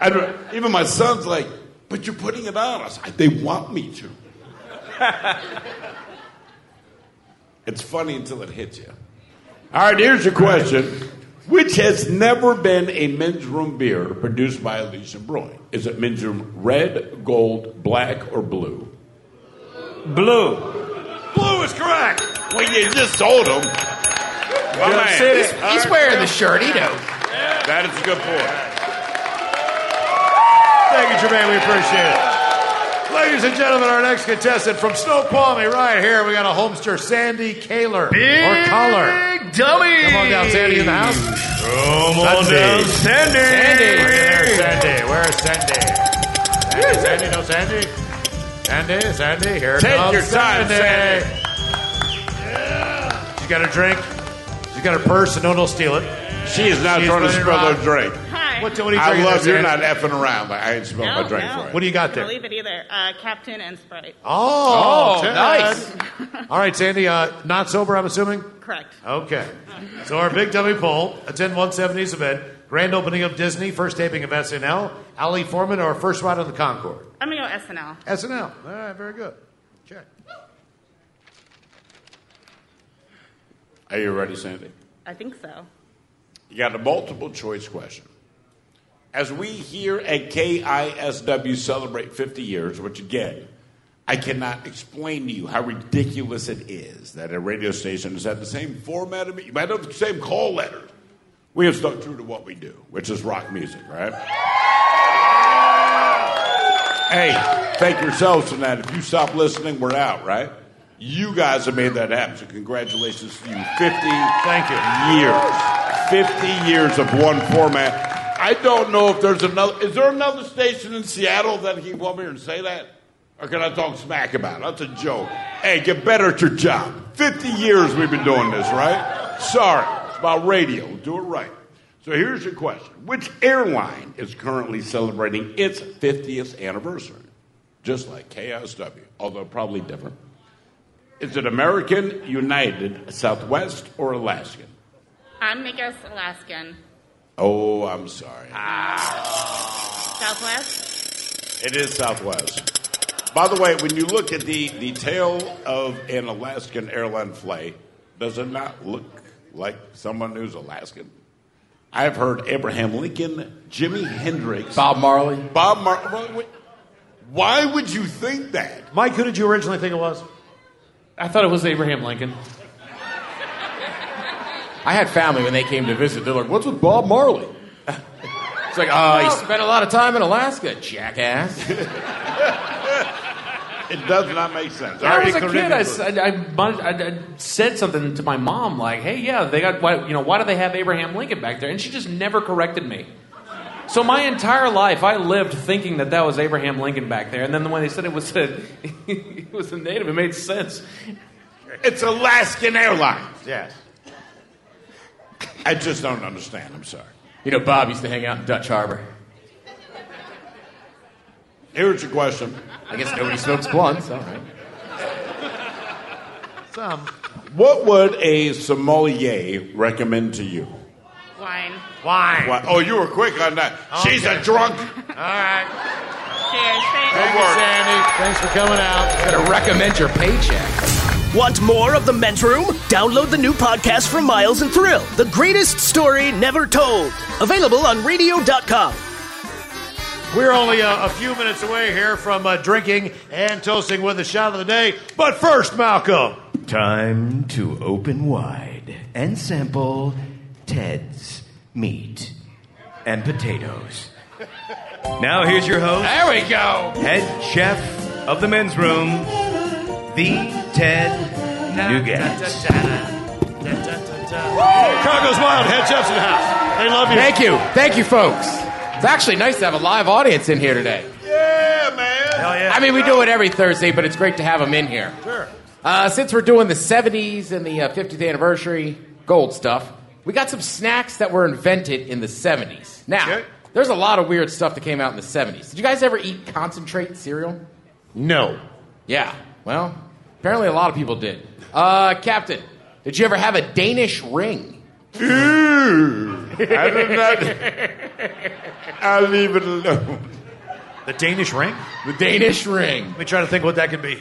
[SPEAKER 3] I don't- even my son's like, but you're putting it on us. They want me to. it's funny until it hits you. All right, here's your question. Which has never been a men's room beer produced by Alicia Brewing? Is it men's room red, gold, black, or blue?
[SPEAKER 6] Blue.
[SPEAKER 3] Blue is correct. Well, you just told him.
[SPEAKER 5] Well, man. He's- he's wearing the shirt, he
[SPEAKER 3] knows. That is a good point.
[SPEAKER 2] Thank you, Jermaine. We appreciate it. Ladies and gentlemen, our next contestant from Snow Palmy, right here, we got a homester, Sandy Kaler. or Collar.
[SPEAKER 18] dummy.
[SPEAKER 2] Come on down, Sandy, in the house. Come
[SPEAKER 18] on down, Sandy.
[SPEAKER 2] Sandy, where's Sandy? Where's Sandy? Sandy, Sandy, no Sandy. Sandy, Sandy, here
[SPEAKER 3] Take
[SPEAKER 2] comes
[SPEAKER 3] your time,
[SPEAKER 2] Sandy. She's got her drink. She's got her purse, and no one will steal it.
[SPEAKER 3] She is not trying to
[SPEAKER 2] running
[SPEAKER 3] spill her
[SPEAKER 2] around.
[SPEAKER 3] drink.
[SPEAKER 7] Hi.
[SPEAKER 2] What, what are you
[SPEAKER 3] I
[SPEAKER 2] drinking
[SPEAKER 3] love
[SPEAKER 2] there,
[SPEAKER 3] you're
[SPEAKER 2] Sandy?
[SPEAKER 3] not effing around. I ain't spilling
[SPEAKER 7] No,
[SPEAKER 3] my drink
[SPEAKER 7] no.
[SPEAKER 3] for it.
[SPEAKER 2] What do you got there?
[SPEAKER 7] I don't believe it either. Uh, Captain and Sprite.
[SPEAKER 2] Oh, Ted.
[SPEAKER 7] nice.
[SPEAKER 2] All right, Sandy. Uh, not sober, I'm assuming.
[SPEAKER 7] Correct.
[SPEAKER 2] Okay. So our big dummy poll: attend 170's event, grand opening of Disney, first taping of SNL, Ali Foreman, or first ride on the Concorde.
[SPEAKER 7] I'm going to go SNL.
[SPEAKER 2] SNL. All right, very good. Check.
[SPEAKER 3] Are you ready, Sandy?
[SPEAKER 7] I think so.
[SPEAKER 3] You got a multiple choice question. As we here at KISW celebrate 50 years, which again, I cannot explain to you how ridiculous it is that a radio station has had the same format of it. You might have the same call letters. We have stuck true to what we do, which is rock music, right? Hey, thank yourselves tonight. If you stop listening, we're out, right? You guys have made that happen, so congratulations to you. 50 thank you. years. 50 years of one format. I don't know if there's another. Is there another station in Seattle that he can come here and say that? Or can I talk smack about it? That's a joke. Hey, get better at your job. 50 years we've been doing this, right? Sorry. It's about radio. Do it right. So here's your question Which airline is currently celebrating its 50th anniversary? Just like KSW, although probably different. Is it American, United, Southwest, or Alaskan?
[SPEAKER 7] I'm going to guess Alaskan.
[SPEAKER 3] Oh, I'm sorry.
[SPEAKER 7] Southwest?
[SPEAKER 3] It is Southwest. By the way, when you look at the, the tail of an Alaskan airline flight, does it not look like someone who's Alaskan? I've heard Abraham Lincoln, Jimi Hendrix, Bob Marley. Bob Marley. Why would you think that?
[SPEAKER 2] Mike, who did you originally think it was?
[SPEAKER 18] I thought it was Abraham Lincoln. I had family when they came to visit. They're like, "What's with Bob Marley?" It's like, uh, he spent a lot of time in Alaska, jackass.
[SPEAKER 3] It does not make sense.
[SPEAKER 18] When I was a
[SPEAKER 3] Alright,
[SPEAKER 18] kid. I, s- I- I mon- I- I said something to my mom like, "Hey, yeah, they got why, you know why do they have Abraham Lincoln back there?" And she just never corrected me. So my entire life, I lived thinking that that was Abraham Lincoln back there. And then when they said it was a, it was a native, it made sense.
[SPEAKER 3] It's Alaskan Airlines.
[SPEAKER 2] Yes.
[SPEAKER 3] I just don't understand. I'm sorry.
[SPEAKER 18] You know, Bob used to hang out in Dutch Harbor.
[SPEAKER 3] Here's your question.
[SPEAKER 18] I guess nobody smokes blunts. All right.
[SPEAKER 2] Some
[SPEAKER 3] What would a sommelier recommend to you?
[SPEAKER 7] Wine.
[SPEAKER 2] Wine.
[SPEAKER 3] Why- Oh, you were quick on that. She's a drunk.
[SPEAKER 7] All right. Cheers.
[SPEAKER 2] Thank you, Sandy. Thanks for coming out.
[SPEAKER 5] Gonna recommend your paycheck.
[SPEAKER 9] Want more of the men's room? Download the new podcast from Miles and Thrill, The Greatest Story Never Told. Available on radio.com.
[SPEAKER 2] We're only uh, a few minutes away here from uh, drinking and toasting with the shot of the day. But first, Malcolm.
[SPEAKER 1] Time to open wide and sample Ted's meat and potatoes. Now here's your host.
[SPEAKER 18] There we go.
[SPEAKER 1] Head chef of the men's room, the Ted Nugent.
[SPEAKER 2] Chicago's Wild Head Chef's in the house. They love you.
[SPEAKER 18] Thank you. Thank you, folks. It's actually nice to have a live audience in here today.
[SPEAKER 3] Yeah, man.
[SPEAKER 2] Hell yeah.
[SPEAKER 18] I mean, we do it every Thursday, but it's great to have them in here.
[SPEAKER 2] Sure.
[SPEAKER 18] Uh, since we're doing the 70s and the uh, 50th anniversary gold stuff, we got some snacks that were invented in the 70s. Now, there's a lot of weird stuff that came out in the 70s. Did you guys ever eat concentrate cereal?
[SPEAKER 2] No.
[SPEAKER 18] Yeah. Well, apparently a lot of people did. Uh, Captain, did you ever have a Danish ring?
[SPEAKER 3] Ew. I did not. I leave it alone.
[SPEAKER 2] The Danish ring?
[SPEAKER 18] The Danish ring.
[SPEAKER 2] Let me try to think what that could be.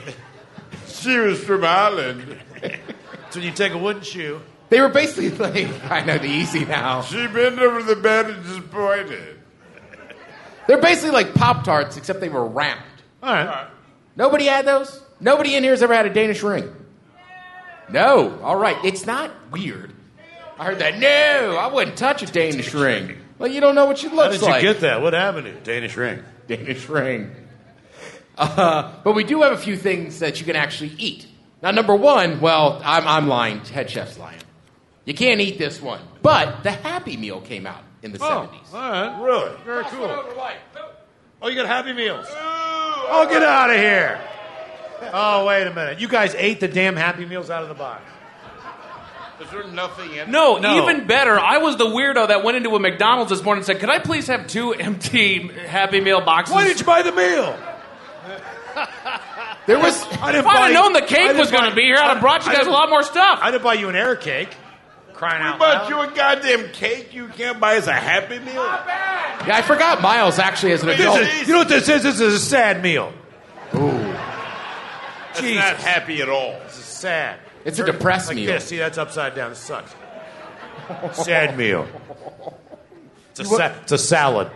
[SPEAKER 3] she was from Ireland.
[SPEAKER 2] it's when you take a wooden shoe.
[SPEAKER 18] They were basically like, I know the easy now.
[SPEAKER 3] She bent over the bed and just pointed.
[SPEAKER 18] They're basically like Pop Tarts, except they were round.
[SPEAKER 2] All right.
[SPEAKER 18] Nobody had those? Nobody in here has ever had a Danish ring? No. All right. It's not weird. I heard that. No, I wouldn't touch a Danish ring. Well, you don't know what she
[SPEAKER 2] How
[SPEAKER 18] looks
[SPEAKER 2] did
[SPEAKER 18] like.
[SPEAKER 2] you get that? What happened to you? Danish ring?
[SPEAKER 18] Danish ring.
[SPEAKER 5] Uh, but we do have a few things that you can actually eat. Now, number one, well, I'm, I'm lying. Head chef's lying. You can't eat this one. But the Happy Meal came out in
[SPEAKER 2] Oh.
[SPEAKER 5] the 70s.
[SPEAKER 2] All right. Really? Very
[SPEAKER 5] Pass
[SPEAKER 2] cool.
[SPEAKER 5] one over, White.
[SPEAKER 2] Oh, you got Happy Meals. Oh, get out of here. Oh, wait a minute. You guys ate the damn Happy Meals out of the box.
[SPEAKER 3] Is there nothing in
[SPEAKER 18] No,
[SPEAKER 2] No.
[SPEAKER 18] even better. I was the weirdo that went into a McDonald's this morning and said, "Could I please have two empty Happy Meal boxes?" Why did
[SPEAKER 2] you buy the meal?
[SPEAKER 5] There was.
[SPEAKER 18] I if I'd have known the cake was going to be here, I'd have brought you guys a lot more stuff.
[SPEAKER 2] I didn't buy you an air cake. Crying out
[SPEAKER 3] But you a goddamn cake you can't buy as a happy meal?
[SPEAKER 5] Yeah, I forgot Miles actually as an
[SPEAKER 2] This
[SPEAKER 5] adult.
[SPEAKER 2] is- you know what this is? This is a sad meal.
[SPEAKER 3] It's not happy at all.
[SPEAKER 2] This is sad.
[SPEAKER 5] It's a depressed
[SPEAKER 2] like
[SPEAKER 5] meal.
[SPEAKER 2] This. See, that's upside down. It sucks. Sad meal. It's a,
[SPEAKER 3] You wa-
[SPEAKER 2] sa- it's a salad.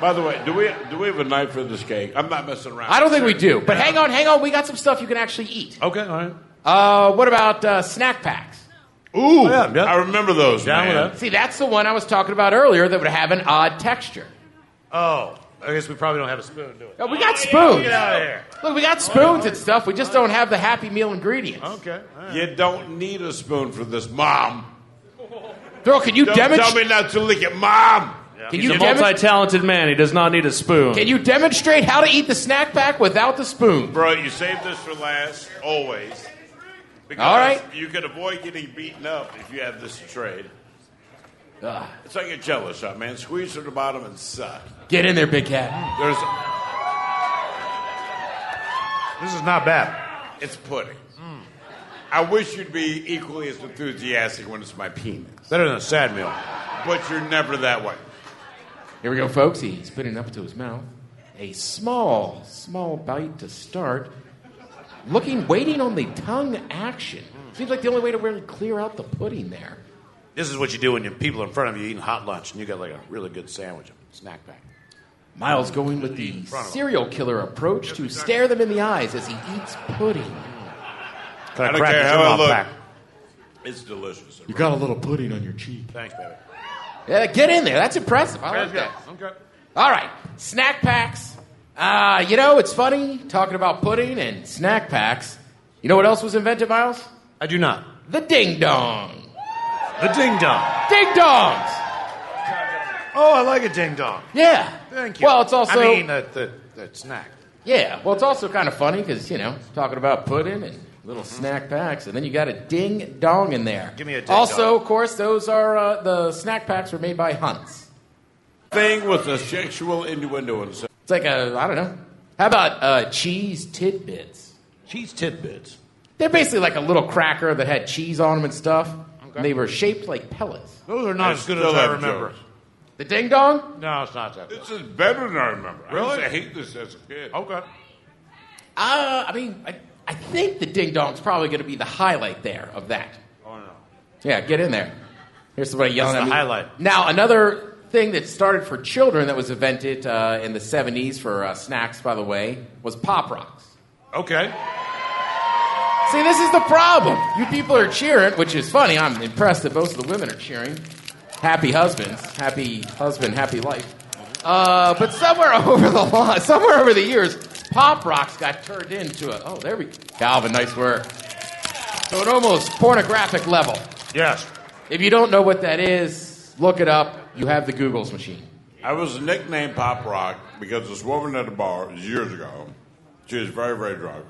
[SPEAKER 3] By the way, do we do we have a knife for this cake? I'm not messing around.
[SPEAKER 5] I don't think we do. But hang on, hang on. We got some stuff you can actually eat.
[SPEAKER 2] Okay, all right.
[SPEAKER 5] Uh, what about uh, snack packs?
[SPEAKER 3] Ooh, I remember those. man.
[SPEAKER 5] See, that's the one I was talking about earlier that would have an odd texture.
[SPEAKER 2] Oh, I guess we probably don't have a spoon, do we?
[SPEAKER 5] Oh, we got spoons.
[SPEAKER 2] Get out of here.
[SPEAKER 5] Look, we got spoons and stuff. We just don't have the Happy Meal ingredients.
[SPEAKER 2] Okay.
[SPEAKER 3] You don't need a spoon for this, Mom.
[SPEAKER 5] Throw, can you
[SPEAKER 3] don't
[SPEAKER 5] demonstrate?
[SPEAKER 3] Tell me not to lick it, Mom.
[SPEAKER 5] Can
[SPEAKER 18] He's
[SPEAKER 5] you
[SPEAKER 18] a
[SPEAKER 5] demon-
[SPEAKER 18] multi-talented man. He does not need a spoon.
[SPEAKER 5] Can you demonstrate how to eat the snack pack without the spoon?
[SPEAKER 3] Bro, you saved this for last, always. Because
[SPEAKER 5] All right.
[SPEAKER 3] You could avoid getting beaten up if you have this trade. It's like a jello shot, man. Squeeze to the bottom and suck.
[SPEAKER 5] Get in there, big cat.
[SPEAKER 3] There's,
[SPEAKER 2] This is not bad.
[SPEAKER 3] it's pudding.
[SPEAKER 5] Mm.
[SPEAKER 3] I wish you'd be equally as enthusiastic when it's my penis,
[SPEAKER 2] Better than a sad meal.
[SPEAKER 3] but you're never that way.
[SPEAKER 5] Here we go, folks. He's putting it up into his mouth. A small, small bite to start. Looking, waiting on the tongue action. Seems like the only way to really clear out the pudding there.
[SPEAKER 2] This is what you do when you people in front of you eating hot lunch and you got like a really good sandwich, a snack pack.
[SPEAKER 5] Miles going with the
[SPEAKER 2] front of him.
[SPEAKER 5] serial killer approach to stare them in the eyes as he eats pudding.
[SPEAKER 2] Can
[SPEAKER 3] I don't
[SPEAKER 2] crack
[SPEAKER 3] care
[SPEAKER 2] this
[SPEAKER 3] how I
[SPEAKER 2] mouth
[SPEAKER 3] look.
[SPEAKER 2] back?
[SPEAKER 3] It's delicious.
[SPEAKER 5] You got a little pudding on your cheek.
[SPEAKER 2] Thanks, baby.
[SPEAKER 5] Yeah, get in there. That's impressive. I like
[SPEAKER 2] Let's go.
[SPEAKER 5] that.
[SPEAKER 2] Okay.
[SPEAKER 5] All right, snack packs. Uh, you know, it's funny talking about pudding and snack packs. You know what else was invented, Miles?
[SPEAKER 2] I do not.
[SPEAKER 5] The ding dong.
[SPEAKER 2] The ding dong.
[SPEAKER 5] Ding dongs.
[SPEAKER 2] Oh, I like a ding dong.
[SPEAKER 5] Yeah.
[SPEAKER 2] Thank you.
[SPEAKER 5] Well, it's also
[SPEAKER 2] I mean, uh, the, the, the snack.
[SPEAKER 5] yeah. Well, it's also kind of funny because you know talking about pudding and little snack packs, and then you got a ding dong in there.
[SPEAKER 2] Give me a ding
[SPEAKER 5] Also,
[SPEAKER 2] dong.
[SPEAKER 5] of course, those are uh, the snack packs were made by Hunts.
[SPEAKER 3] Thing with a sexual innuendo and so.
[SPEAKER 5] It's like a I don't know. How about uh, cheese tidbits?
[SPEAKER 2] Cheese tidbits.
[SPEAKER 5] They're basically like a little cracker that had cheese on them and stuff. And they were shaped like pellets.
[SPEAKER 2] Those are not
[SPEAKER 3] I
[SPEAKER 2] as good
[SPEAKER 3] still
[SPEAKER 2] as I
[SPEAKER 3] have
[SPEAKER 2] remember.
[SPEAKER 3] jokes.
[SPEAKER 5] The ding dong?
[SPEAKER 2] No, it's not that. Good.
[SPEAKER 3] This is better than I remember. I,
[SPEAKER 2] Really?
[SPEAKER 3] used to hate this as a kid.
[SPEAKER 2] Okay.
[SPEAKER 5] Uh, I mean, I, I think the ding dong's probably going to be the highlight there of that.
[SPEAKER 3] Oh no.
[SPEAKER 5] Yeah, get in there. Here's somebody yelling
[SPEAKER 2] That's
[SPEAKER 5] at
[SPEAKER 2] the
[SPEAKER 5] me.
[SPEAKER 2] highlight.
[SPEAKER 5] Now, another thing that started for children that was invented uh, in the 70s for uh, snacks, by the way, was Pop Rocks.
[SPEAKER 2] Okay.
[SPEAKER 5] See, this is the problem. You people are cheering, which is funny. I'm impressed that both of the women are cheering. Happy husbands, happy husband, happy life. Uh, but somewhere over the line, somewhere over the years, Pop Rocks got turned into a. Oh, there we go. Calvin, nice work. So an almost pornographic level.
[SPEAKER 2] Yes.
[SPEAKER 5] If you don't know what that is, look it up. You have the Google's machine.
[SPEAKER 3] I was nicknamed Pop Rock because this woman at the bar years ago, she was very, very drunk.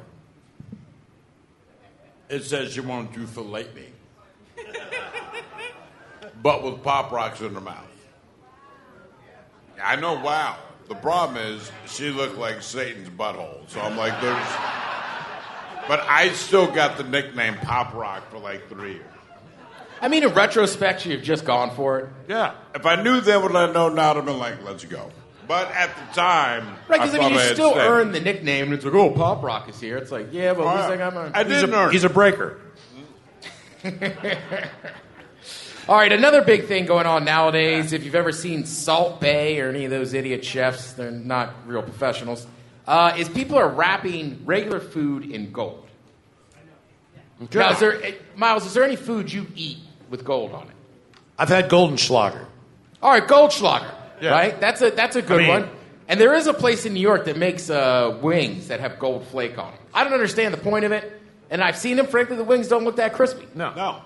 [SPEAKER 3] It said she wanted to fillet me, but with Pop Rocks in her mouth. I know, wow. The problem is she looked like Satan's butthole. So I'm like, there's. But I still got the nickname Pop Rock for like three years.
[SPEAKER 5] I mean, in retrospect, you've just gone for it.
[SPEAKER 3] Yeah. If I knew then what I know now, I'd have been like, let's go. But at the time,
[SPEAKER 5] Right, because I, mean,
[SPEAKER 3] thought
[SPEAKER 5] you
[SPEAKER 3] had
[SPEAKER 5] still
[SPEAKER 3] said-
[SPEAKER 5] earned the nickname, and it's like, oh, Pop Rock is here. It's like, yeah, but
[SPEAKER 3] Oh,
[SPEAKER 5] at least
[SPEAKER 3] yeah.
[SPEAKER 5] I got my.
[SPEAKER 3] I
[SPEAKER 2] He's
[SPEAKER 3] didn't
[SPEAKER 2] a,
[SPEAKER 3] earn.
[SPEAKER 2] he's a breaker.
[SPEAKER 5] All right, another big thing going on nowadays. If you've ever seen Salt Bay or any of those idiot chefs, they're not real professionals. Uh, is people are wrapping regular food in gold? Now, is there, eh, Miles, is there any food you eat with gold on it?
[SPEAKER 2] I've had Golden Schlager.
[SPEAKER 5] All right, Goldschlager,
[SPEAKER 2] Yeah.
[SPEAKER 5] right? That's a that's a good
[SPEAKER 2] I mean,
[SPEAKER 5] one. And there is a place in New York that makes uh, wings that have gold flake on them. I don't understand the point of it, and I've seen them. Frankly, the wings don't look that crispy. No,
[SPEAKER 2] no.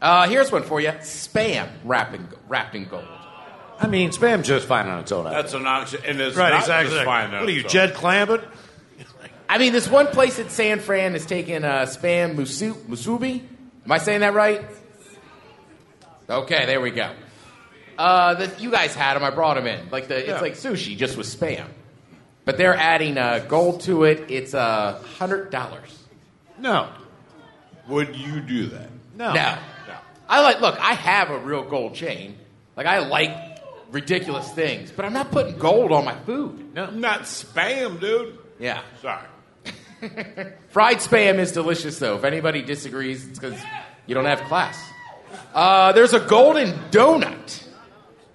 [SPEAKER 5] Uh, here's one for you: spam wrapped in, wrapped in gold.
[SPEAKER 2] I mean, spam's just fine on its own.
[SPEAKER 3] That's an option, and it's
[SPEAKER 2] Right,
[SPEAKER 3] not
[SPEAKER 2] exactly.
[SPEAKER 3] just fine. on
[SPEAKER 2] What are you,
[SPEAKER 3] its
[SPEAKER 2] Jed Clampett?
[SPEAKER 5] I mean, this one place at San Fran is taking uh, spam musu- musubi. Am I saying that right? Okay, there we go. Uh, the, you guys had them. I brought them in. Like the,
[SPEAKER 6] Yeah.
[SPEAKER 5] it's like sushi just with spam, but they're adding uh, gold to it. It's a uh, hundred dollars.
[SPEAKER 2] No.
[SPEAKER 3] Would you do that?
[SPEAKER 5] No. No. I like. Look, I have a real gold chain. Like I like ridiculous things, but I'm not putting gold on my food.
[SPEAKER 2] No,
[SPEAKER 3] not spam, dude.
[SPEAKER 5] Yeah.
[SPEAKER 3] Sorry.
[SPEAKER 5] Fried spam is delicious, though. If anybody disagrees, it's because you don't have class. Uh, there's a golden donut.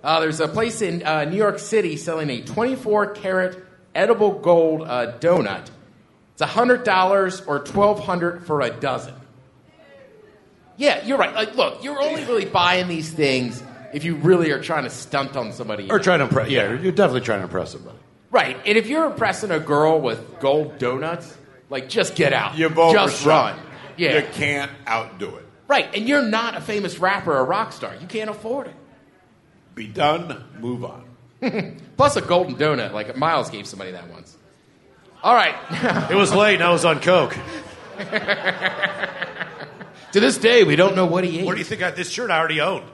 [SPEAKER 5] Uh, there's a place in uh, New York City selling a 24 karat edible gold uh, donut. It's $100 or $1,200 for a dozen. Yeah, you're right. Like, look, you're only really buying these things if you really are trying to stunt on somebody.
[SPEAKER 2] Or trying to impress. Yeah, you're definitely trying to impress somebody.
[SPEAKER 5] Right, and if you're impressing a girl with gold donuts, like just get out.
[SPEAKER 3] You've
[SPEAKER 5] just
[SPEAKER 3] overshot.
[SPEAKER 5] run. Yeah.
[SPEAKER 3] You can't outdo it.
[SPEAKER 5] Right, and you're not a famous rapper or rock star. You can't afford
[SPEAKER 3] Be done. Move on.
[SPEAKER 5] it. Plus a golden donut, like Miles gave somebody that once. All right.
[SPEAKER 2] It was late and I was on Coke.
[SPEAKER 5] to this day, we don't know what he ate.
[SPEAKER 2] Where do you think I, this shirt I already owned?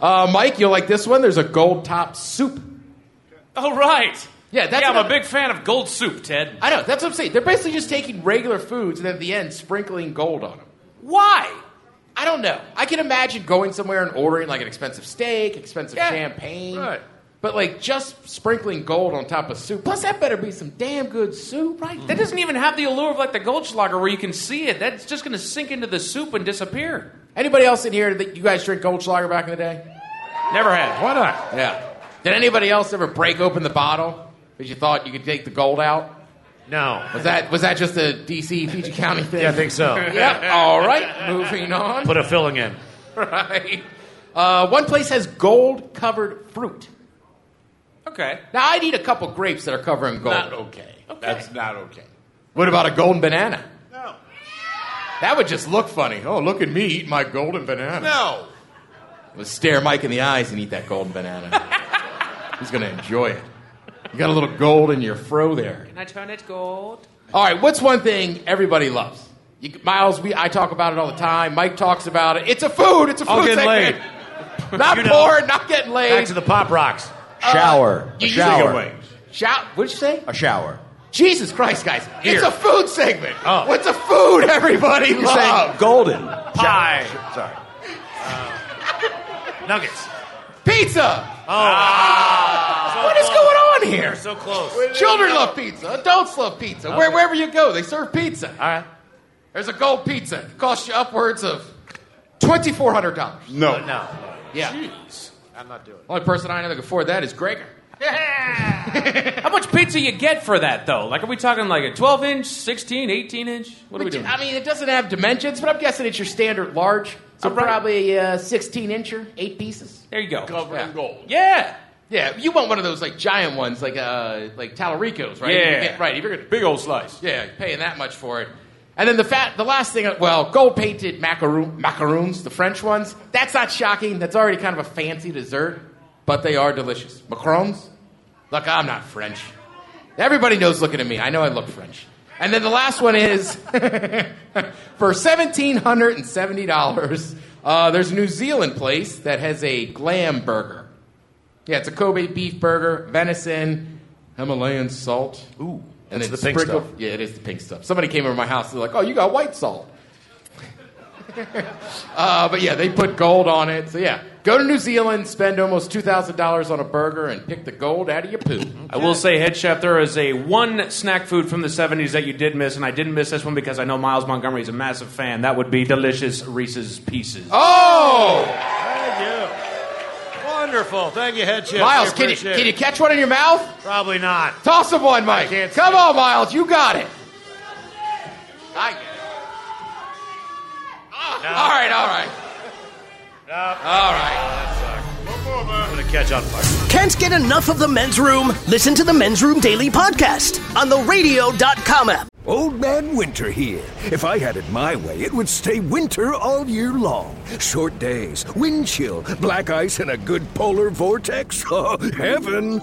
[SPEAKER 5] Uh, Mike, you'll like this one. There's a gold top soup.
[SPEAKER 18] Oh, right.
[SPEAKER 5] Yeah, that's
[SPEAKER 18] yeah. I'm
[SPEAKER 5] what
[SPEAKER 18] a
[SPEAKER 5] I-
[SPEAKER 18] big fan of gold soup, Ted.
[SPEAKER 5] I know, that's what I'm saying. They're basically just taking regular foods and at the end sprinkling gold on them.
[SPEAKER 18] Why?
[SPEAKER 5] I don't know. I can imagine going somewhere and ordering like an expensive steak, expensive
[SPEAKER 18] Yeah,
[SPEAKER 5] champagne. Right. But like just sprinkling gold on top of soup. Plus, that better be some damn good soup, right?
[SPEAKER 18] That doesn't even have the allure of like the Goldschlager where you can see it. That's just going to sink into the soup and disappear.
[SPEAKER 5] Anybody else in here that you guys drink Goldschlager back in the day?
[SPEAKER 18] Never had.
[SPEAKER 2] Why not?
[SPEAKER 5] Yeah. Did anybody else ever break open the bottle because you thought you could take the gold out?
[SPEAKER 2] No.
[SPEAKER 5] Was that was that just a DC Fiji County thing?
[SPEAKER 2] Yeah, I think so.
[SPEAKER 5] yep. All right. Moving on.
[SPEAKER 2] Put a filling in.
[SPEAKER 5] right. Uh, one place has gold covered fruit.
[SPEAKER 18] Okay.
[SPEAKER 5] Now I need a couple grapes that are covered in gold.
[SPEAKER 3] Not okay. That's not okay.
[SPEAKER 5] What about a golden banana? No. That would just look funny. Oh, look at me eat my golden banana.
[SPEAKER 3] No.
[SPEAKER 5] Let's stare Mike in the eyes and eat that golden banana. He's going to enjoy it. You got a little gold in your fro there.
[SPEAKER 18] Can I turn it gold?
[SPEAKER 5] All right, what's one thing everybody loves? You, Miles, we, I talk about it all the time. Mike talks about it. It's a food. It's a food
[SPEAKER 2] All getting
[SPEAKER 5] segment. Not
[SPEAKER 2] You know.
[SPEAKER 5] poor, not getting laid. Uh,
[SPEAKER 2] Back to the pop rocks.
[SPEAKER 4] Shower.
[SPEAKER 5] you
[SPEAKER 4] a
[SPEAKER 5] usually
[SPEAKER 4] shower.
[SPEAKER 5] get Shout! What'd you say?
[SPEAKER 4] A shower.
[SPEAKER 5] Jesus Christ, guys!
[SPEAKER 4] Here.
[SPEAKER 5] It's a food segment.
[SPEAKER 4] Oh.
[SPEAKER 5] What's a food everybody
[SPEAKER 4] You're
[SPEAKER 5] loves?
[SPEAKER 4] saying golden
[SPEAKER 2] pie.
[SPEAKER 4] Sorry.
[SPEAKER 2] Nuggets.
[SPEAKER 5] Pizza. Ah.
[SPEAKER 2] Oh.
[SPEAKER 5] What is going on here?
[SPEAKER 2] We're so close.
[SPEAKER 5] Children love pizza. Adults love pizza. Where, wherever you go, they serve pizza. All right. There's a gold pizza. It costs you upwards of twenty four hundred dollars.
[SPEAKER 3] No.
[SPEAKER 2] No.
[SPEAKER 5] Yeah.
[SPEAKER 2] I'm not doing it.
[SPEAKER 5] Only person I know that can afford that is Gregor.
[SPEAKER 18] How much pizza you get for that though? Like, are we talking like a 12 inch, 16, 18 inch? What are we
[SPEAKER 5] Which,
[SPEAKER 18] doing?
[SPEAKER 5] I mean, it doesn't have dimensions, but I'm guessing it's your standard large. So probably a uh, 16 incher, eight pieces.
[SPEAKER 18] There you go.
[SPEAKER 3] Covered in gold.
[SPEAKER 18] Yeah.
[SPEAKER 5] Yeah, you want one of those like giant ones, like uh, like Tallaricos, right?
[SPEAKER 18] Yeah.
[SPEAKER 5] You get- right. If you're gonna,
[SPEAKER 18] Big old slice.
[SPEAKER 5] yeah, you're paying that much for it. And then the fat, the last thing, well, gold painted macaroon, macaroons, the French ones. That's not shocking. That's already kind of a fancy dessert, but they are delicious. Macarons. Look, I'm not French. Everybody knows looking at me. I know I look French. And then the last one is for seventeen hundred and seventy dollars. Uh, there's a New Zealand place that has a glam burger. Yeah, it's a Kobe beef burger, venison, Himalayan salt. Ooh,
[SPEAKER 2] that's the pink stuff.
[SPEAKER 5] Yeah, it is the pink stuff. Somebody came over to my house. They're like, "Oh, you got white salt." uh, but yeah, they put gold on it. So yeah, go to New Zealand, spend almost two thousand dollars on a burger, and pick the gold out of your poo.
[SPEAKER 18] I will say, head chef, there is a one snack food from the '70s that you did miss, and I didn't miss this one because I know Miles Montgomery is a massive fan. That would be delicious Reese's Pieces.
[SPEAKER 5] Oh,
[SPEAKER 2] Thank you. Wonderful. Thank you, head chef.
[SPEAKER 5] Miles,
[SPEAKER 2] We
[SPEAKER 5] can you
[SPEAKER 2] appreciate
[SPEAKER 5] can you
[SPEAKER 2] it.
[SPEAKER 5] catch one in your mouth?
[SPEAKER 2] Probably not.
[SPEAKER 5] Toss him one, Mike. Come on, Miles, you got it. I get it.
[SPEAKER 2] No.
[SPEAKER 5] All right, all right.
[SPEAKER 2] No. Oh,
[SPEAKER 5] All right.
[SPEAKER 2] That sucked. catch on fire.
[SPEAKER 9] Can't get enough of the men's room? Listen to the Men's Room Daily podcast on the radio.com app.
[SPEAKER 4] Old Man Winter here. If I had it my way, it would stay winter all year long. Short days, wind chill, black ice, and a good polar vortex. Oh, heaven!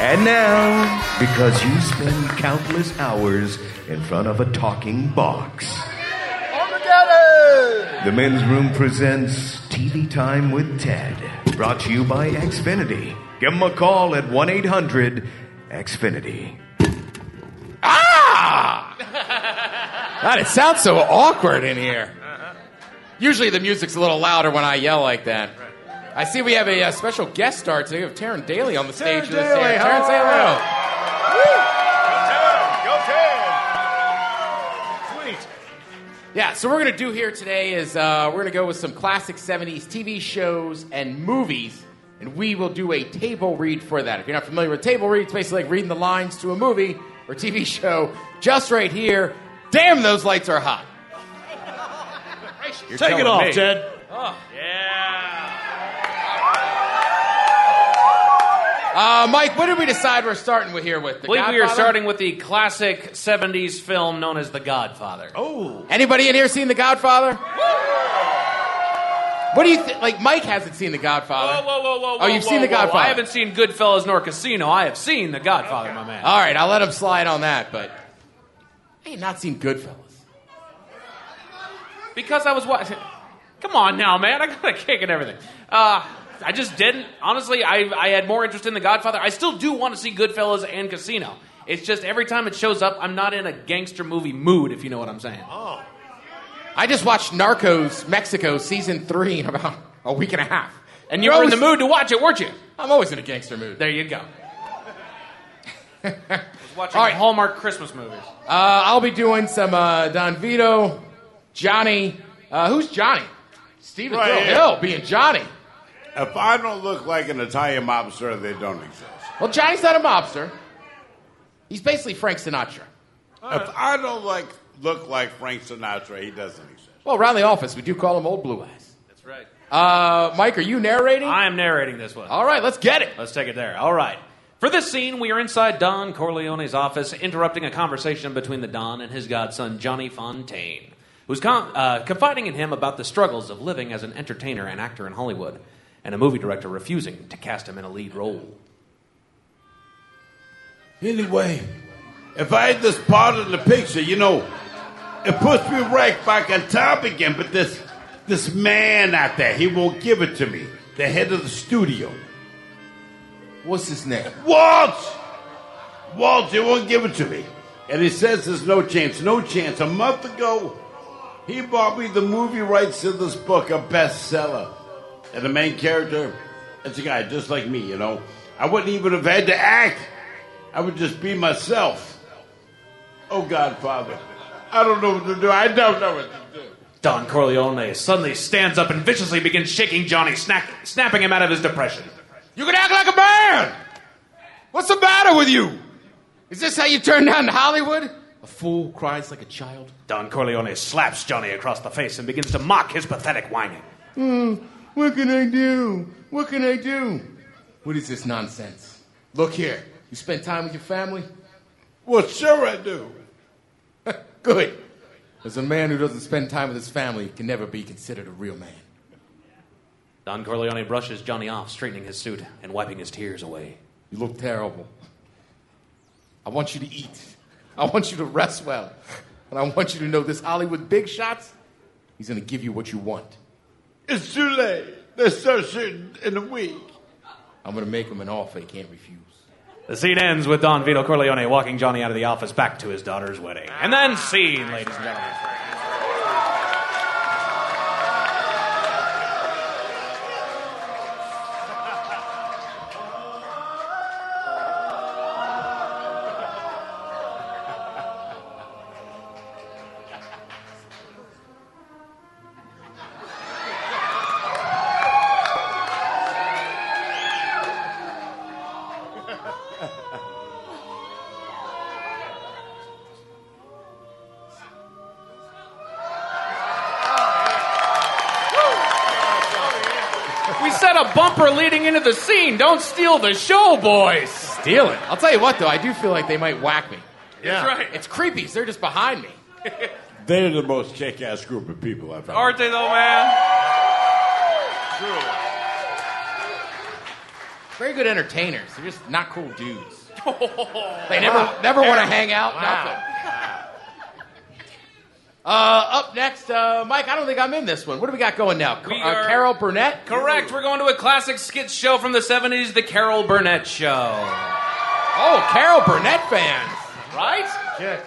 [SPEAKER 1] And now, because you spend countless hours in front of a talking box, the men's room presents TV Time with Ted, brought to you by Xfinity. Give them a call at 1 800 Xfinity.
[SPEAKER 5] God, it sounds so awkward in here. Usually the music's a little louder when I yell like that. I see we have a uh, special guest star today. We have Taryn Daly on the stage. with us
[SPEAKER 1] Daly,
[SPEAKER 5] here. Taryn, say hello. Yeah, so we're going to do here today is uh, we're going to go with some classic 70s TV shows and movies, and we will do a table read for that. If you're not familiar with table read, it's basically like reading the lines to a movie or TV show just right here. Damn, those lights are hot. You're
[SPEAKER 2] Take it
[SPEAKER 5] telling
[SPEAKER 2] off,
[SPEAKER 5] me.
[SPEAKER 2] Ted.
[SPEAKER 5] Oh, yeah. Uh, Mike, what did we decide we're starting with here with?
[SPEAKER 18] I
[SPEAKER 5] The
[SPEAKER 18] believe we are
[SPEAKER 5] Godfather?
[SPEAKER 18] starting with the classic 70s film known as The Godfather.
[SPEAKER 5] Oh. Anybody in here seen The Godfather? What do you think? Like, Mike hasn't seen The Godfather.
[SPEAKER 18] Whoa, whoa, whoa,
[SPEAKER 5] Oh, you've
[SPEAKER 18] whoa,
[SPEAKER 5] seen The
[SPEAKER 18] whoa, whoa.
[SPEAKER 5] Godfather.
[SPEAKER 18] I haven't seen Goodfellas nor Casino. I have seen The Godfather, my man.
[SPEAKER 5] All right, I'll let him slide on that, but I ain't not seen Goodfellas.
[SPEAKER 18] Because I was watching. Come on now, man. I got a kick and everything. Uh, I just didn't. Honestly, I, I had more interest in The Godfather. I still do want to see Goodfellas and Casino. It's just every time it shows up, I'm not in a gangster movie mood, if you know what I'm saying.
[SPEAKER 5] Oh. I just watched Narcos Mexico season three in about a week and a half.
[SPEAKER 18] And you were in the mood to watch it, weren't you?
[SPEAKER 5] I'm always in a gangster mood.
[SPEAKER 18] There you go. Watching Hallmark Christmas movies.
[SPEAKER 5] Uh, I'll be doing some uh, Don Vito, Johnny. Uh, who's Johnny? Steven
[SPEAKER 3] Right
[SPEAKER 5] Phil
[SPEAKER 3] here.
[SPEAKER 5] Hill being Johnny.
[SPEAKER 3] If I don't look like an Italian mobster, they don't exist.
[SPEAKER 5] Well, Johnny's not a mobster. He's basically Frank Sinatra.
[SPEAKER 3] If I don't like look like Frank Sinatra, he doesn't exist.
[SPEAKER 5] Well, around the office, we do call him Old Blue Eyes.
[SPEAKER 18] That's right.
[SPEAKER 5] Uh, Mike, are you narrating?
[SPEAKER 18] I am narrating this one.
[SPEAKER 5] All right, let's get it.
[SPEAKER 18] Let's take it there. All right. For this scene, we are inside Don Corleone's office, interrupting a conversation between the Don and his godson, Johnny Fontaine, who's con- uh, confiding in him about the struggles of living as an entertainer and actor in Hollywood, and a movie director refusing to cast him in a lead role.
[SPEAKER 3] Anyway, if I had this part of the picture, you know, it puts me right back on top again. But this this man out there, he won't give it to me. The head of the studio,
[SPEAKER 5] What's his name?
[SPEAKER 3] Waltz. Waltz, he won't give it to me. And he says there's no chance, no chance. A month ago, He bought me the movie rights to this book, a bestseller. And the main character, it's a guy just like me, you know. I wouldn't even have had to act. I would just be myself. Oh, Godfather. I don't know what to do. I don't know what to do.
[SPEAKER 18] Don Corleone suddenly stands up and viciously begins shaking Johnny, snack, snapping him out of his depression.
[SPEAKER 5] You can act like a man. What's the matter with you? Is this how you turn down to Hollywood? A fool cries like a child.
[SPEAKER 18] Don Corleone slaps Johnny across the face and begins to mock his pathetic whining.
[SPEAKER 5] Mm, what can I do? What can I do? What is this nonsense? Look here. You spend time with your family? Well, sure I do. Good. As a man who doesn't spend time with his family can never be considered a real man.
[SPEAKER 18] Don Corleone brushes Johnny off, straightening his suit and wiping his tears away.
[SPEAKER 5] You look terrible. I want you to eat. I want you to rest well. And I want you to know this Hollywood big shots, he's going to give you what you want.
[SPEAKER 3] It's too late. They're so soon in a week.
[SPEAKER 5] I'm going to make him an offer he can't refuse.
[SPEAKER 18] The scene ends with Don Vito Corleone walking Johnny out of the office back to his daughter's wedding. And then scene, ladies and gentlemen.
[SPEAKER 5] We set a bumper leading into the scene. Don't steal the show, boys. Steal it. I'll tell you what, though, I do feel like they might whack me. Yeah. That's right. It's creepies. They're just behind me.
[SPEAKER 3] They're the most kick ass group of people I've ever
[SPEAKER 18] Aren't they, though, man?
[SPEAKER 5] Very good entertainers. They're just not cool dudes. They never never want to hang out. Nothing. Uh, up next, uh, Mike. I don't think I'm in this one. What do we got going now?
[SPEAKER 18] We
[SPEAKER 5] uh,
[SPEAKER 18] are-
[SPEAKER 5] Carol Burnett.
[SPEAKER 18] Correct. We're going to a classic skit show from the 70s, The Carol Burnett Show.
[SPEAKER 5] Oh, Carol Burnett fans.
[SPEAKER 18] Right? Yeah.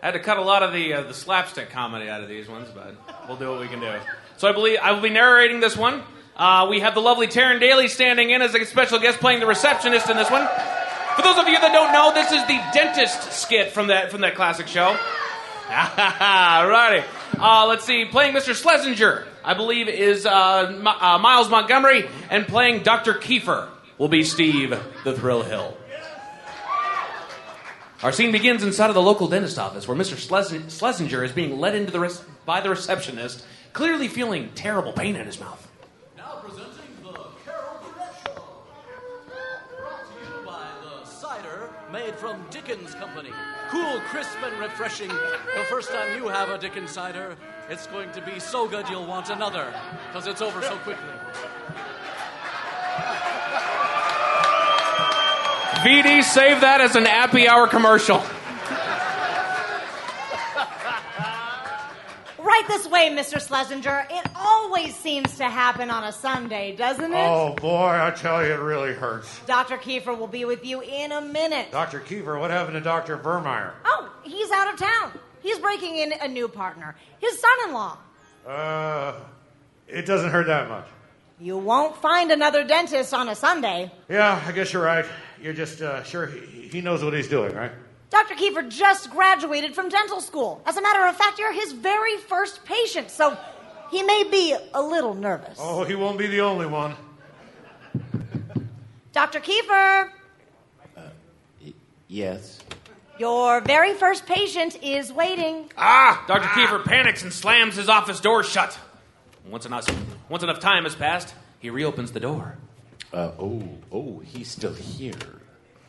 [SPEAKER 18] I had to cut a lot of the, uh, the slapstick comedy out of these ones, but we'll do what we can do. So I believe I will be narrating this one. Uh, we have the lovely Taryn Daly standing in as a special guest playing the receptionist in this one. For those of you that don't know, this is the dentist skit from that, from that classic show. Alrighty. Uh, let's see. Playing Mr. Schlesinger, I believe, is uh, Mi- uh, Miles Montgomery, and playing Dr. Kiefer will be Steve the Thrill Hill. Our scene begins inside of the local dentist office where Mr. Schles- Schlesinger is being led into the res- by the receptionist, clearly feeling terrible pain in his mouth.
[SPEAKER 17] Now presenting the Carol Burnett Show. Brought to you by the cider made from Dickens Company. Cool, crisp, and refreshing. The first time you have a Dickens cider, it's going to be so good you'll want another, because it's over so quickly.
[SPEAKER 18] VD, save that as an happy hour commercial.
[SPEAKER 19] Right this way, Mr. Schlesinger. It always seems to happen on a Sunday, doesn't it?
[SPEAKER 2] Oh boy, I tell you, it really hurts.
[SPEAKER 19] Dr. Kiefer will be with you in a minute.
[SPEAKER 2] Dr. Kiefer, what happened to Dr. Vermeyer?
[SPEAKER 19] Oh, he's out of town. He's breaking in a new partner, his son in law.
[SPEAKER 2] Uh, it doesn't hurt that much.
[SPEAKER 19] You won't find another dentist on a Sunday.
[SPEAKER 2] Yeah, I guess you're right. You're just uh, sure he, he knows what he's doing, right?
[SPEAKER 19] Dr. Kiefer just graduated from dental school. As a matter of fact, you're his very first patient, so he may be a little nervous.
[SPEAKER 2] Oh, he won't be the only one.
[SPEAKER 19] Dr. Kiefer,
[SPEAKER 5] Yes.
[SPEAKER 19] your very first patient is waiting.
[SPEAKER 18] Ah! Dr. Kiefer panics and slams his office door shut. Once enough, once enough time has passed, he reopens the door.
[SPEAKER 3] Uh, oh, oh, he's still here.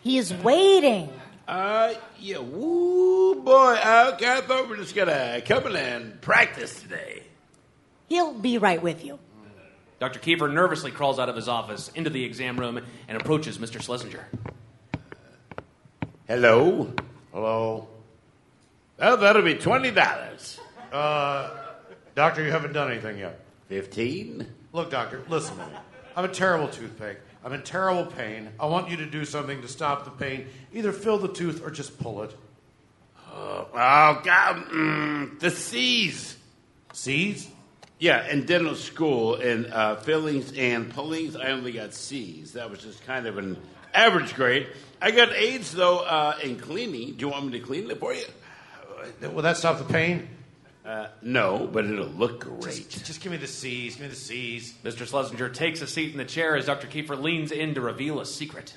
[SPEAKER 19] He is waiting.
[SPEAKER 3] Uh, yeah, woo, boy. Okay, I thought we were just gonna come in and practice today.
[SPEAKER 19] He'll be right with you.
[SPEAKER 18] Dr. Kiefer nervously crawls out of his office into the exam room and approaches Mr. Schlesinger.
[SPEAKER 3] Hello? Hello? Oh, that'll be $20.
[SPEAKER 2] Uh, doctor, you haven't done anything yet.
[SPEAKER 3] 15
[SPEAKER 2] Look, doctor, listen to me. I'm a terrible toothache. I'm in terrible pain. I want you to do something to stop the pain. Either fill the tooth or just pull it.
[SPEAKER 3] Uh, Oh, oh God. Mm, the C's. C's? Yeah, in dental school, in uh, fillings and pullings, I only got C's. That was just kind of an average grade. I got A's, though, uh, in cleaning. Do you want me to clean it for you?
[SPEAKER 2] Will that stop the pain?
[SPEAKER 3] Uh, no, but it'll look great.
[SPEAKER 18] Just give me the C's. Give me the C's. Mr. Schlesinger takes a seat in the chair as Dr. Kiefer leans in to reveal a secret.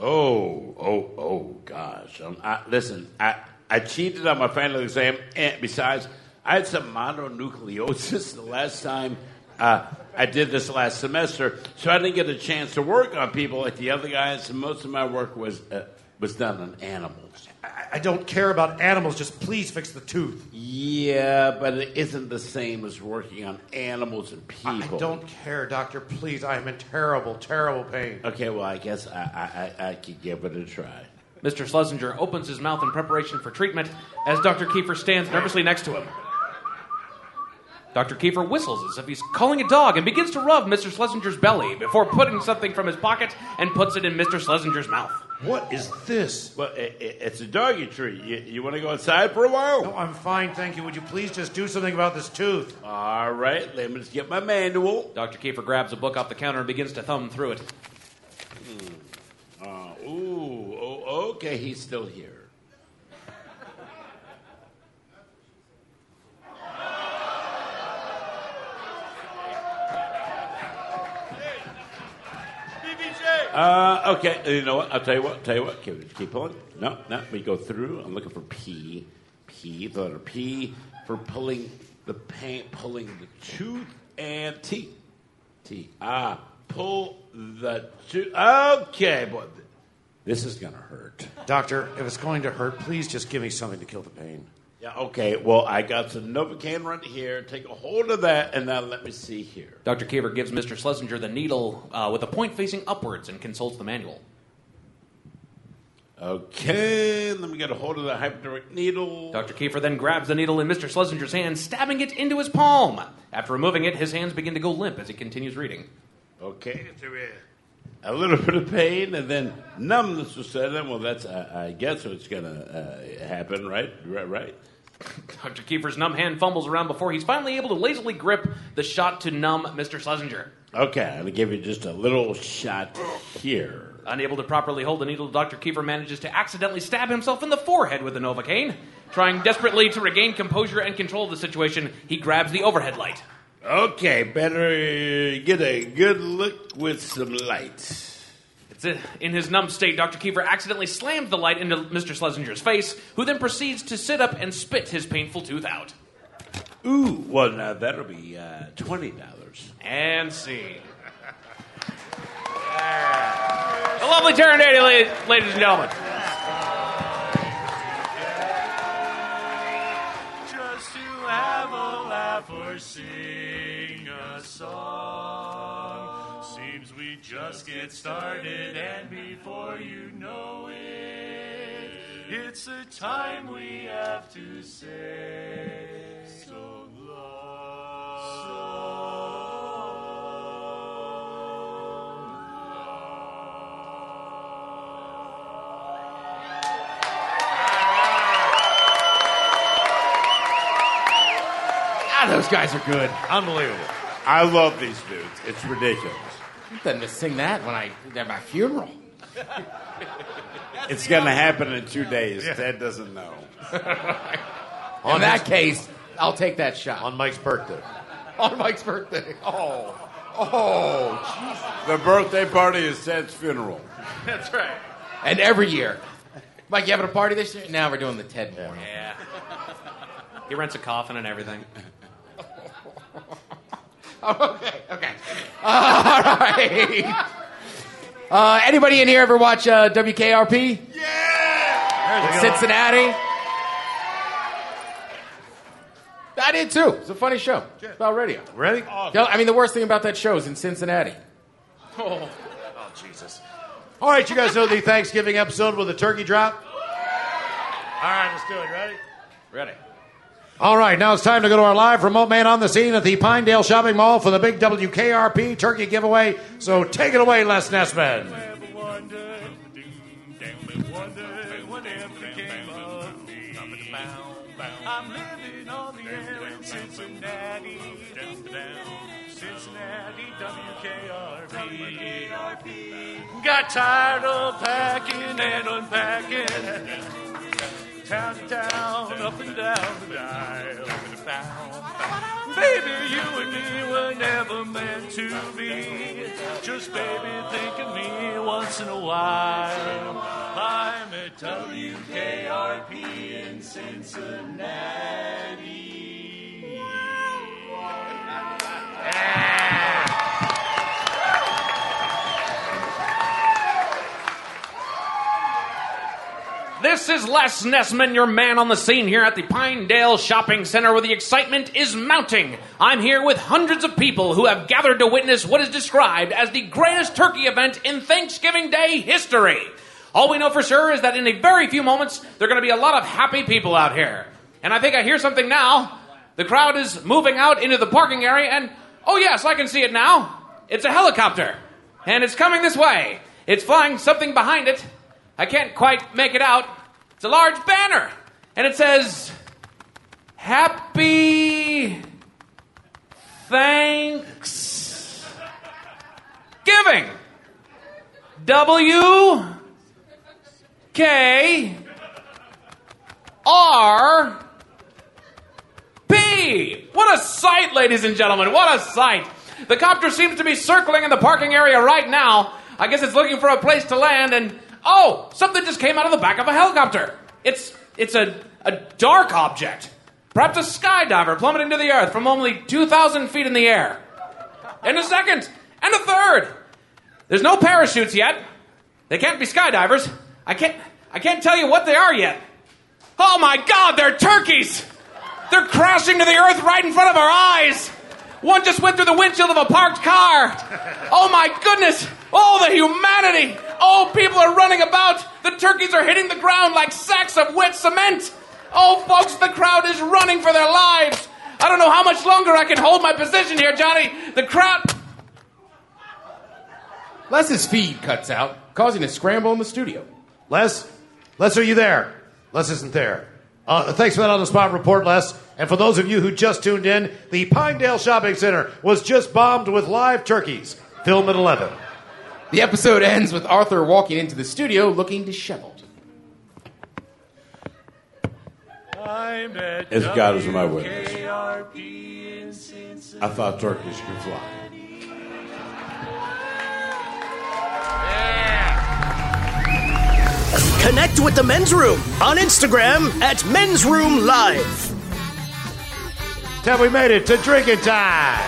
[SPEAKER 3] Oh, oh, oh, gosh. Um, I, listen, I, I cheated on my final exam, and besides, I had some mononucleosis the last time uh, I did this last semester, so I didn't get a chance to work on people like the other guys, and most of my work was, uh, was done on animals.
[SPEAKER 2] I, I don't care about animals. Just please fix the tooth.
[SPEAKER 3] Yeah, but it isn't the same as working on animals and
[SPEAKER 2] I
[SPEAKER 3] people.
[SPEAKER 2] don't care, doctor. Please, I am in terrible, terrible pain.
[SPEAKER 3] Okay, well, I guess I, I, I, I could give it a try.
[SPEAKER 18] Mr. Schlesinger opens his mouth in preparation for treatment as Dr. Kiefer stands nervously next to him. Dr. Kiefer whistles as if he's calling a dog and begins to rub Mr. Schlesinger's belly before putting something from his pocket and puts it in Mr. Schlesinger's mouth.
[SPEAKER 3] What is this? Well, i i it's a doggy treat. You, you want to go outside for a while?
[SPEAKER 2] No, I'm fine, thank you. Would you please just do something about this tooth?
[SPEAKER 3] All right, let me just get my manual.
[SPEAKER 18] Dr. Kiefer grabs a book off the counter and begins to thumb through it.
[SPEAKER 3] Uh, ooh, oh, okay, he's still here. Uh, okay, you know what? I'll tell you what. Tell you what. Keep, keep on. No, no. We go through. I'm looking for P, P, the letter P for pulling the pain, pulling the tooth, and T, T. Ah, pull the tooth. Okay, boy. This is gonna hurt.
[SPEAKER 2] Doctor, if it's going to hurt, please just give me something to kill the pain.
[SPEAKER 3] Yeah. Okay. Well, I got some Novocaine right here. Take a hold of that, and now let me see here.
[SPEAKER 18] Dr. Kiefer gives Mr. Schlesinger the needle uh, with the point facing upwards and consults the manual.
[SPEAKER 3] Okay, let me get a hold of the hypodermic needle.
[SPEAKER 18] Dr. Kiefer then grabs the needle in Mr. Schlesinger's hand, stabbing it into his palm. After removing it, his hands begin to go limp as he continues reading.
[SPEAKER 3] Okay, there is a little bit of pain, and then numbness will set in. Well, that's I, I guess what's gonna uh, happen, right? Right? Right?
[SPEAKER 18] Dr. Kiefer's numb hand fumbles around before he's finally able to lazily grip the shot to numb Mr. Schlesinger.
[SPEAKER 3] Okay, I'm gonna give you just a little shot here.
[SPEAKER 18] Unable to properly hold the needle, Dr. Kiefer manages to accidentally stab himself in the forehead with the Novocaine. Trying desperately to regain composure and control of the situation, he grabs the overhead light.
[SPEAKER 3] Okay, better get a good look with some light.
[SPEAKER 18] It's it. In his numb state, Dr. Kiefer accidentally slams the light into Mr. Schlesinger's face, who then proceeds to sit up and spit his painful tooth out.
[SPEAKER 3] Ooh, well now that'll be uh, twenty dollars.
[SPEAKER 18] And see. The lovely Taryn Dandy, la- ladies and gentlemen.
[SPEAKER 8] Just to have a laugh or sing a song. Seems we just get started, and before you know it, it's a time we have to say so
[SPEAKER 5] Ah, those guys are good.
[SPEAKER 3] Unbelievable. I love these dudes. It's ridiculous.
[SPEAKER 5] Doesn't sing that when I at my funeral.
[SPEAKER 3] It's going to happen in two days. Ted doesn't know.
[SPEAKER 5] In that case, I'll take that shot
[SPEAKER 2] on Mike's birthday.
[SPEAKER 5] on Mike's birthday. Oh, oh,
[SPEAKER 3] The birthday party is Ted's funeral.
[SPEAKER 5] jeez. That's right. And every year, Mike, you having a party this year? Now we're doing the Ted morning.
[SPEAKER 18] Yeah. He rents a coffin and everything.
[SPEAKER 5] Oh, okay, okay. all right. Uh, anybody in here ever watch uh, WKRP? Yeah. In Cincinnati. I did too. It's a funny show. It's about radio.
[SPEAKER 2] Ready?
[SPEAKER 5] No, I mean, the worst thing about that show is in Cincinnati.
[SPEAKER 2] Oh, Jesus. All right, you guys know the Thanksgiving episode with the turkey drop? All right, let's do it. Ready?
[SPEAKER 18] Ready.
[SPEAKER 2] All right, now it's time to go to our live remote man on the scene at the Pinedale Shopping Mall for the big WKRP turkey giveaway. So take it away, Les Nessman.
[SPEAKER 8] Wondered whatever came of me. I'm living on the air and Cincinnati, down, down, Cincinnati, WKRP. Got tired of packing and unpacking. Town to town, up and down the dial. Baby, you and me were never meant to be. Just baby, think of me once in a while. I'm at WKRP in Cincinnati.
[SPEAKER 18] This is Les Nessman, your man on the scene here at the Pinedale Shopping Center, where the excitement is mounting. I'm here with hundreds of people who have gathered to witness what is described as the greatest turkey event in Thanksgiving Day history. All we know for sure is that in a very few moments, there are going to be a lot of happy people out here. And I think I hear something now. The crowd is moving out into the parking area, and oh, yes, I can see it now. It's a helicopter, and it's coming this way. It's flying something behind it. I can't quite make it out. It's a large banner, and it says, Happy Thanks Giving W K R P. What a sight, ladies and gentlemen. What a sight. The copter seems to be circling in the parking area right now. I guess it's looking for a place to land and oh, something just came out of the back of a helicopter. It's it's a a dark object. Perhaps a skydiver plummeting to the earth from only 2,000 feet in the air. And a second, and a third. There's no parachutes yet. They can't be skydivers. I can't I can't tell you what they are yet. Oh my god, they're turkeys! They're crashing to the earth right in front of our eyes! One just went through the windshield of a parked car! Oh my goodness! Oh, the humanity! Oh, people are running about! The turkeys are hitting the ground like sacks of wet cement! Oh, folks, the crowd is running for their lives! I don't know how much longer I can hold my position here, Johnny! The crowd.
[SPEAKER 5] Les's feed cuts out, causing a scramble in the studio.
[SPEAKER 2] Les, Les, are you there? Les isn't there. Uh, thanks for that on the spot report, Les. And for those of you who just tuned in, the Pinedale Shopping Center was just bombed with live turkeys. Film at 11.
[SPEAKER 5] The episode ends with Arthur walking into the studio looking disheveled.
[SPEAKER 8] I'm at
[SPEAKER 3] As God is my witness.
[SPEAKER 8] WKRP in Cincinnati.
[SPEAKER 3] I thought turkeys could fly.
[SPEAKER 9] Connect with the men's room on Instagram at men's room live.
[SPEAKER 2] Have we made it to drinking time?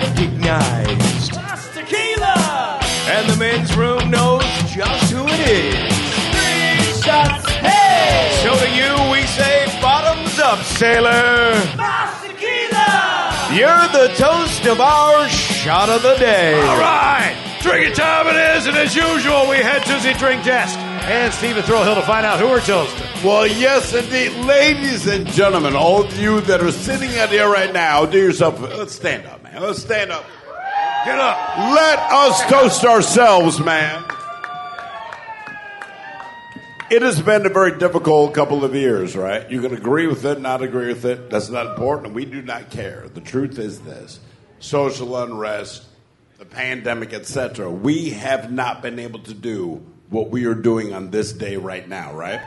[SPEAKER 1] Recognized.
[SPEAKER 8] Tequila!
[SPEAKER 1] And the men's room knows just who it is.
[SPEAKER 8] Three shots, hey!
[SPEAKER 1] So to you, we say bottoms up, sailor. You're the toast of our shot of the day.
[SPEAKER 2] All right, drinking time it is, and as usual, we head to the drink desk and Stephen Thrillhill to find out who we're toasting.
[SPEAKER 3] Well, yes, indeed. Ladies and gentlemen, all of you that are sitting out here right now, do yourself Let's stand up, man. Let's stand up. Get up. Let us toast ourselves, man. It has been a very difficult couple of years, right? You can agree with it, not agree with it. That's not important, and we do not care. The truth is this social unrest, the pandemic, etc. We have not been able to do what we are doing on this day right now, right?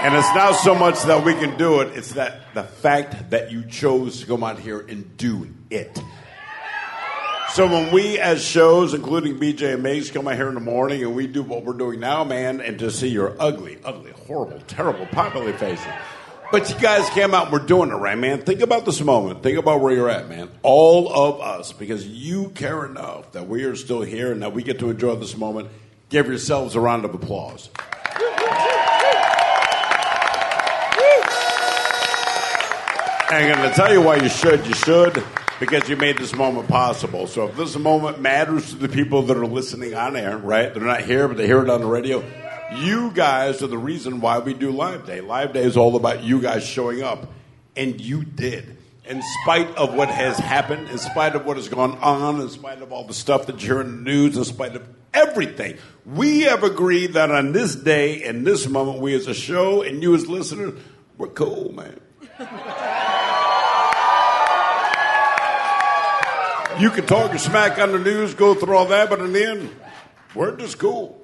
[SPEAKER 3] And it's not so much that we can do it, it's that the fact that you chose to come out here and do it. So when we, as shows, including BJ and Mays, come out here in the morning and we do what we're doing now, man, and to see your ugly, ugly, horrible, terrible, popular faces. But you guys came out and we're doing it, right, man? Think about this moment. Think about where you're at, man. All of us, because you care enough that we are still here and that we get to enjoy this moment. Give yourselves a round of applause. And I'm going to tell you why you should. You should because you made this moment possible. So if this moment matters to the people that are listening on air, right? They're not here, but they hear it on the radio. You guys are the reason why we do Live Day. Live Day is all about you guys showing up, and you did. In spite of what has happened, in spite of what has gone on, in spite of all the stuff that you're in the news, in spite of everything. We have agreed that on this day and this moment, we as a show and you as listeners, we're cool, man. you can talk your smack on the news, go through all that, but in the end, we're just cool.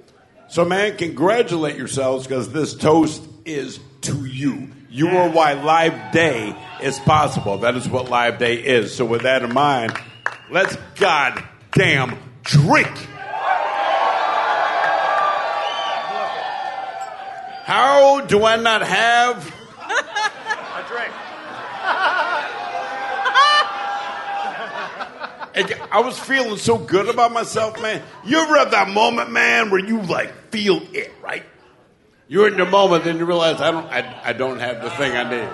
[SPEAKER 3] So, man, congratulate yourselves because this toast is to you. You are why Live Day is possible. That is what Live Day is. So, with that in mind, let's goddamn drink. How do I not have
[SPEAKER 8] A drink.
[SPEAKER 3] And I was feeling so good about myself, man. You ever have that moment, man, where you like feel it, right? You're in the moment, then you realize I don't, I, I don't have the thing I need.